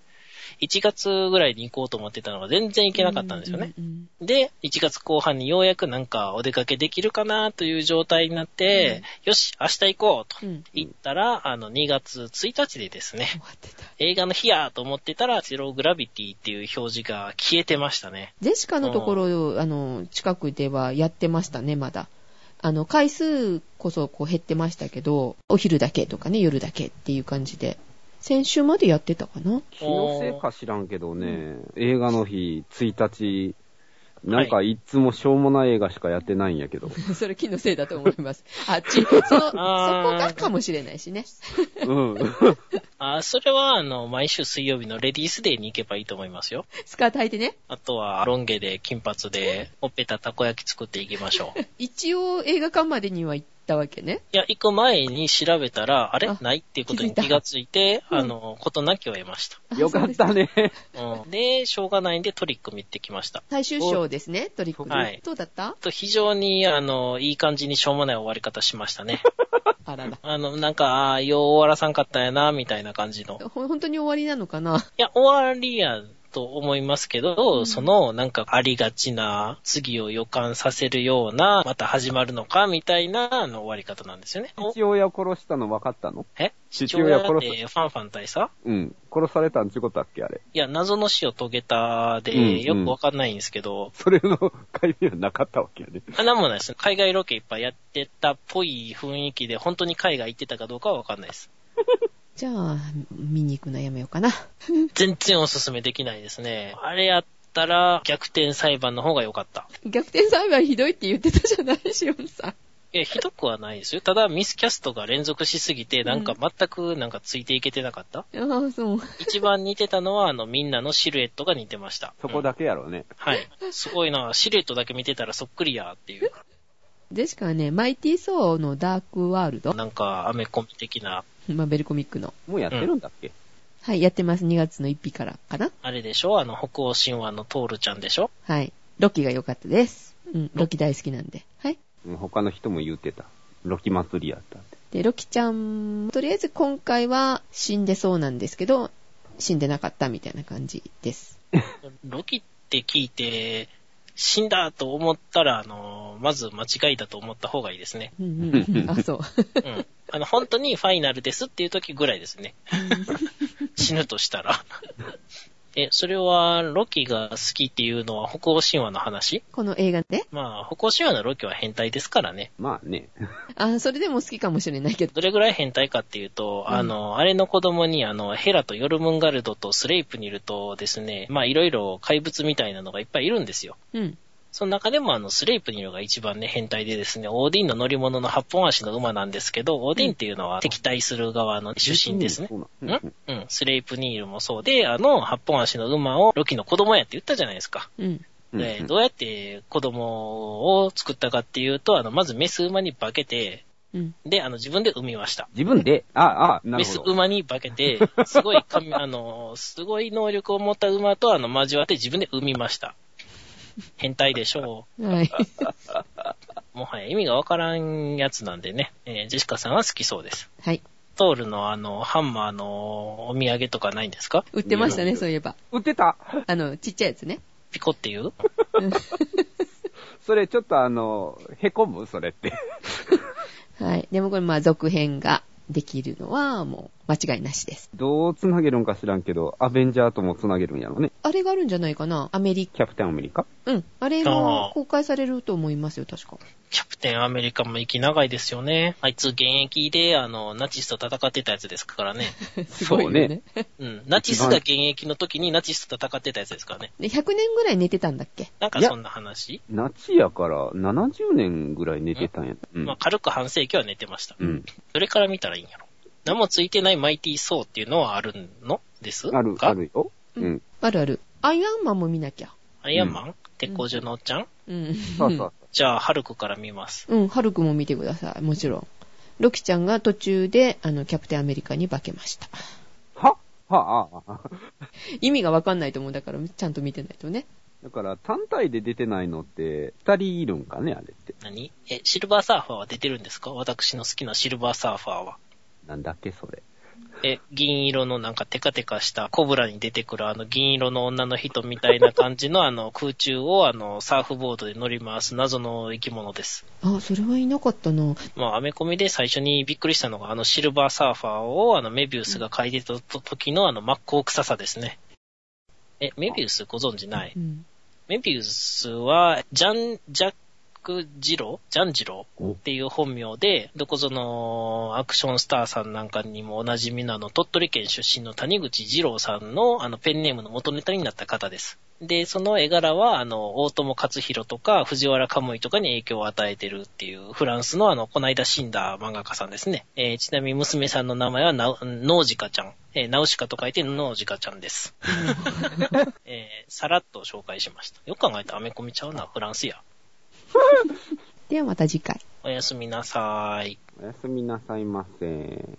[SPEAKER 4] 1月ぐらいに行こうと思ってたのが全然行けなかったんですよね。
[SPEAKER 3] うんうん
[SPEAKER 4] で、1月後半にようやくなんかお出かけできるかなという状態になって、よし、明日行こう
[SPEAKER 3] う
[SPEAKER 4] と
[SPEAKER 3] ん。うん
[SPEAKER 4] 言ったら、あの、2月1日でですね、
[SPEAKER 3] 終わってた。
[SPEAKER 4] 映画の日やと思ってたら、ゼログラビティっていう表示が消えてましたね。
[SPEAKER 3] ジェシカのところ、あの、近くではやってましたね、まだ。あの、回数こそこう減ってましたけど、お昼だけとかね、夜だけっていう感じで。先週までやってたか
[SPEAKER 4] (laughs)
[SPEAKER 3] な
[SPEAKER 5] 気のせいか知らんけどね、映画の日、1日、なんかいつもしょうもない映画しかやってないんやけ (laughs) ど。
[SPEAKER 3] それ気のせいだと思います。あっち、そ、そこ
[SPEAKER 4] (laughs) あー
[SPEAKER 3] がかもしれないしね。
[SPEAKER 5] (laughs) うん。
[SPEAKER 4] あーそれは、あの、毎週水曜日のレディースデーに行けばいいと思いますよ。
[SPEAKER 3] スカート履いてね。
[SPEAKER 4] あとは、ロン毛で、金髪で、ほっぺたたこ焼き作っていきま
[SPEAKER 3] (laughs)
[SPEAKER 4] しょう。い
[SPEAKER 3] 一応映画館までには行ったわけ
[SPEAKER 4] (laughs)
[SPEAKER 3] ね。
[SPEAKER 4] や、行く前に調べたら、あれ
[SPEAKER 3] あ
[SPEAKER 4] ないっていうことに
[SPEAKER 3] 気づいた
[SPEAKER 4] 気がついて、
[SPEAKER 3] うん
[SPEAKER 4] あの、ことなきを得ました。
[SPEAKER 5] よかったね。
[SPEAKER 4] うん。で、しょうがないんでトリック見てきました。
[SPEAKER 3] 最終章ですね、トリックの。
[SPEAKER 4] はい
[SPEAKER 3] どうだ
[SPEAKER 4] (laughs)
[SPEAKER 3] った
[SPEAKER 4] と非常に、あの、いい感じにしょうもない終わり方しましたね。
[SPEAKER 3] あらら。
[SPEAKER 4] あの、なんか、あーよう終わらさんかったんやな、みたいな感じの。
[SPEAKER 3] ほ本当に終わりなのかない
[SPEAKER 4] や、終わりやと思いますけど、
[SPEAKER 3] ん
[SPEAKER 4] その、なんかありがちな、次を予感させるような、また始まるのか、みたいな、あの終わり方なんですよね。お
[SPEAKER 5] 父親を殺したの分かったの
[SPEAKER 4] え
[SPEAKER 5] 父親
[SPEAKER 4] って
[SPEAKER 5] 殺す
[SPEAKER 4] ファンファン大佐
[SPEAKER 5] うん。殺されたんちゅうことだっけあれ。 (laughs)
[SPEAKER 4] いや、謎の死を遂げたで、
[SPEAKER 5] うんうん
[SPEAKER 4] よくわかんないんですけど、
[SPEAKER 5] それの解明はなかったわけやね。
[SPEAKER 4] あなんもないです。海外ロケいっぱいやってたっぽい雰囲気で、本当に海外行ってたかどうかはわかんないです。
[SPEAKER 3] じゃあ、見に行くのやめようかな。
[SPEAKER 4] 全然おすすめできないですね。あれやったら、逆転裁判の方が良かった。
[SPEAKER 3] 逆転裁判ひどいって言ってたじゃない、しおんさん。
[SPEAKER 4] いや、ひどくはないですよ。ただ、ミスキャストが連続しすぎて、なんか全く、なんかついていけてなかった。
[SPEAKER 3] ああ、そう。
[SPEAKER 4] 一番似てたのは、あの、みんなのシルエットが似てました。
[SPEAKER 5] そこ
[SPEAKER 4] うん
[SPEAKER 5] だけやろうね。
[SPEAKER 4] はい。すごいな、シルエットだけ見てたらそっくりや、っていう。
[SPEAKER 3] ジェシカはね、マイティー・ソーのダークワールド、
[SPEAKER 4] なんか、アメコミ的な、
[SPEAKER 3] マーベルコミックの。
[SPEAKER 5] もうやってるんだっけ、
[SPEAKER 3] はい、やってます。2月の1日からかな。
[SPEAKER 4] あれでしょあの、北欧神話のトールちゃんでしょ
[SPEAKER 3] はい。ロキが良かったです。うん、ロキ大好きなんで。はい。
[SPEAKER 5] うん、他の人も言ってた。ロキ祭りやったって。
[SPEAKER 3] で、ロキちゃん、とりあえず今回は死んでそうなんですけど、死んでなかったみたいな感じです。
[SPEAKER 4] ロキって聞いて、死んだと思ったら、あの、まず間違いだと思った方がいいですね。
[SPEAKER 3] うんうん
[SPEAKER 4] (laughs)
[SPEAKER 3] うん。あ、そう。 (laughs)
[SPEAKER 4] うん。あの、本当にファイナルですっていう時ぐらいですね。死ぬとしたら。え、それは、ロキが好きっていうのは北欧神話の話
[SPEAKER 3] この映画で。
[SPEAKER 4] まあ、北欧神話のロキは変態ですからね。
[SPEAKER 5] まあね。
[SPEAKER 3] あ、それでも好きかもしれないけど。
[SPEAKER 4] どれぐらい変態かっていうと、あの、あれの子供に、あの、ヘラとヨルムンガルドとスレイプにいるとですね、まあ、いろいろ怪物みたいなのがいっぱいいるんですよ。
[SPEAKER 3] うん。
[SPEAKER 4] その中でもあの、スレイプニルが一番ね、変態でですね、オーディンの乗り物の八本足の馬なんですけど、オーディンっていうのは敵対する側の主神ですね
[SPEAKER 5] う。んそうなん
[SPEAKER 4] んうん、スレイプニールもそうで、あの、八本足の馬をロキの子供やって言ったじゃないですか。
[SPEAKER 3] うん。
[SPEAKER 5] うん
[SPEAKER 4] でどうやって子供を作ったかっていうと、あの、まずメス馬に化けて、
[SPEAKER 3] うん。
[SPEAKER 4] で、あの、自分で産みました。
[SPEAKER 5] 自分で、あ、あ、な
[SPEAKER 4] メ
[SPEAKER 5] る
[SPEAKER 4] ス
[SPEAKER 5] ほど。
[SPEAKER 4] 馬に化けて、すごい神、 (laughs) あの、すごい能力を持った馬と、あの、交わって自分で産みました。変態でしょ
[SPEAKER 3] はい。 (laughs)
[SPEAKER 4] う。もはや意味がわからんやつなんでね、えージェシカさんは好きそうです。
[SPEAKER 3] はい。
[SPEAKER 4] トールのあの、ハンマーのお土産とかないんですか
[SPEAKER 3] 売ってましたね、そういえば。
[SPEAKER 5] 売ってた (laughs)
[SPEAKER 3] あの、ちっちゃいやつね。
[SPEAKER 4] ピコっていう
[SPEAKER 3] (laughs)
[SPEAKER 5] それちょっとあの、へこむそれって。 (laughs)
[SPEAKER 3] はい。でもこれ、まあ、続編ができるのはもう間違いなしです。
[SPEAKER 5] どう繋げるんか知らんけど、アベンジャーとも繋げるんやろね。
[SPEAKER 3] あれがあるんじゃないかなアメリカ。
[SPEAKER 5] キャプテンアメリカ
[SPEAKER 3] うん。あれ
[SPEAKER 4] あ
[SPEAKER 3] が
[SPEAKER 4] ー
[SPEAKER 3] 公開されると思いますよ、確
[SPEAKER 4] (laughs)
[SPEAKER 3] か。
[SPEAKER 4] キャプテンアメリカも息長いですよね。あいつ現役で、あの、ナチスと戦ってたやつですから
[SPEAKER 5] (laughs)
[SPEAKER 4] ね。
[SPEAKER 3] すごいよね。
[SPEAKER 4] うん。ナチスが現役の時にナチスと戦ってたやつですからね。
[SPEAKER 3] で100年ぐらい寝てたんだっけ
[SPEAKER 4] なんかそんな話、
[SPEAKER 5] 夏やから70年ぐらい寝てたんや。うん
[SPEAKER 4] まあ、。軽く半世紀は寝てました。
[SPEAKER 5] うん。
[SPEAKER 4] それから見たらいいんやろ。何もついてないマイティー・ソーっていうのはあるのです
[SPEAKER 5] ある、
[SPEAKER 4] か
[SPEAKER 5] あるよ。
[SPEAKER 3] うん
[SPEAKER 5] うん。
[SPEAKER 3] あるある。アイアンマンも見なきゃ。
[SPEAKER 4] アイアンマン、鉄工所のおっちゃん
[SPEAKER 3] うん。
[SPEAKER 5] そうそう。
[SPEAKER 4] じゃあ、ハルクから見ます。
[SPEAKER 3] うん、ハルクも見てください。もちろん。ロキちゃんが途中で、あの、キャプテンアメリカに化けました。
[SPEAKER 5] ははあああ。
[SPEAKER 3] 意味がわかんないと思う。だから、ちゃんと見てないとね。
[SPEAKER 5] だから、単体で出てないのって、二人いるんかね、あれって。
[SPEAKER 4] 何え、シルバーサーファーは出てるんですか私の好きなシルバーサーファーは。
[SPEAKER 5] なんだっけ、それ。
[SPEAKER 4] え、銀色のなんかテカテカしたコブラに出てくるあの銀色の女の人みたいな感じの (laughs) あの空中をあのサーフボードで乗り回す謎の生き物です。
[SPEAKER 3] あ、それはいなかったな。
[SPEAKER 4] まあ、アメコミで最初にびっくりしたのがあのシルバーサーファーをあのメビウスが嗅いでた時のあの真っ向臭さですね。え、メビウスご存知ない
[SPEAKER 3] うん。
[SPEAKER 4] メビウスは、ジャン・ジャック・ジロージャン・ジローっていう本名で、どこぞのアクションスターさんなんかにもおなじみなあの、鳥取県出身の谷口二郎さんの、あの、ペンネームの元ネタになった方です。で、その絵柄は、あの、大友克弘とか、藤原カムイとかに影響を与えてるっていう、フランスのあの、こないだ死んだ漫画家さんですね。えーちなみに娘さんの名前はナウ、ノージカちゃん。えーナウシカと書いてノージカちゃんです。えーさらっと紹介しました。よく考えたらアメコミちゃうな、フランスや。
[SPEAKER 3] ではまた次回。
[SPEAKER 4] おやすみなさーい。
[SPEAKER 5] おやすみなさいませ。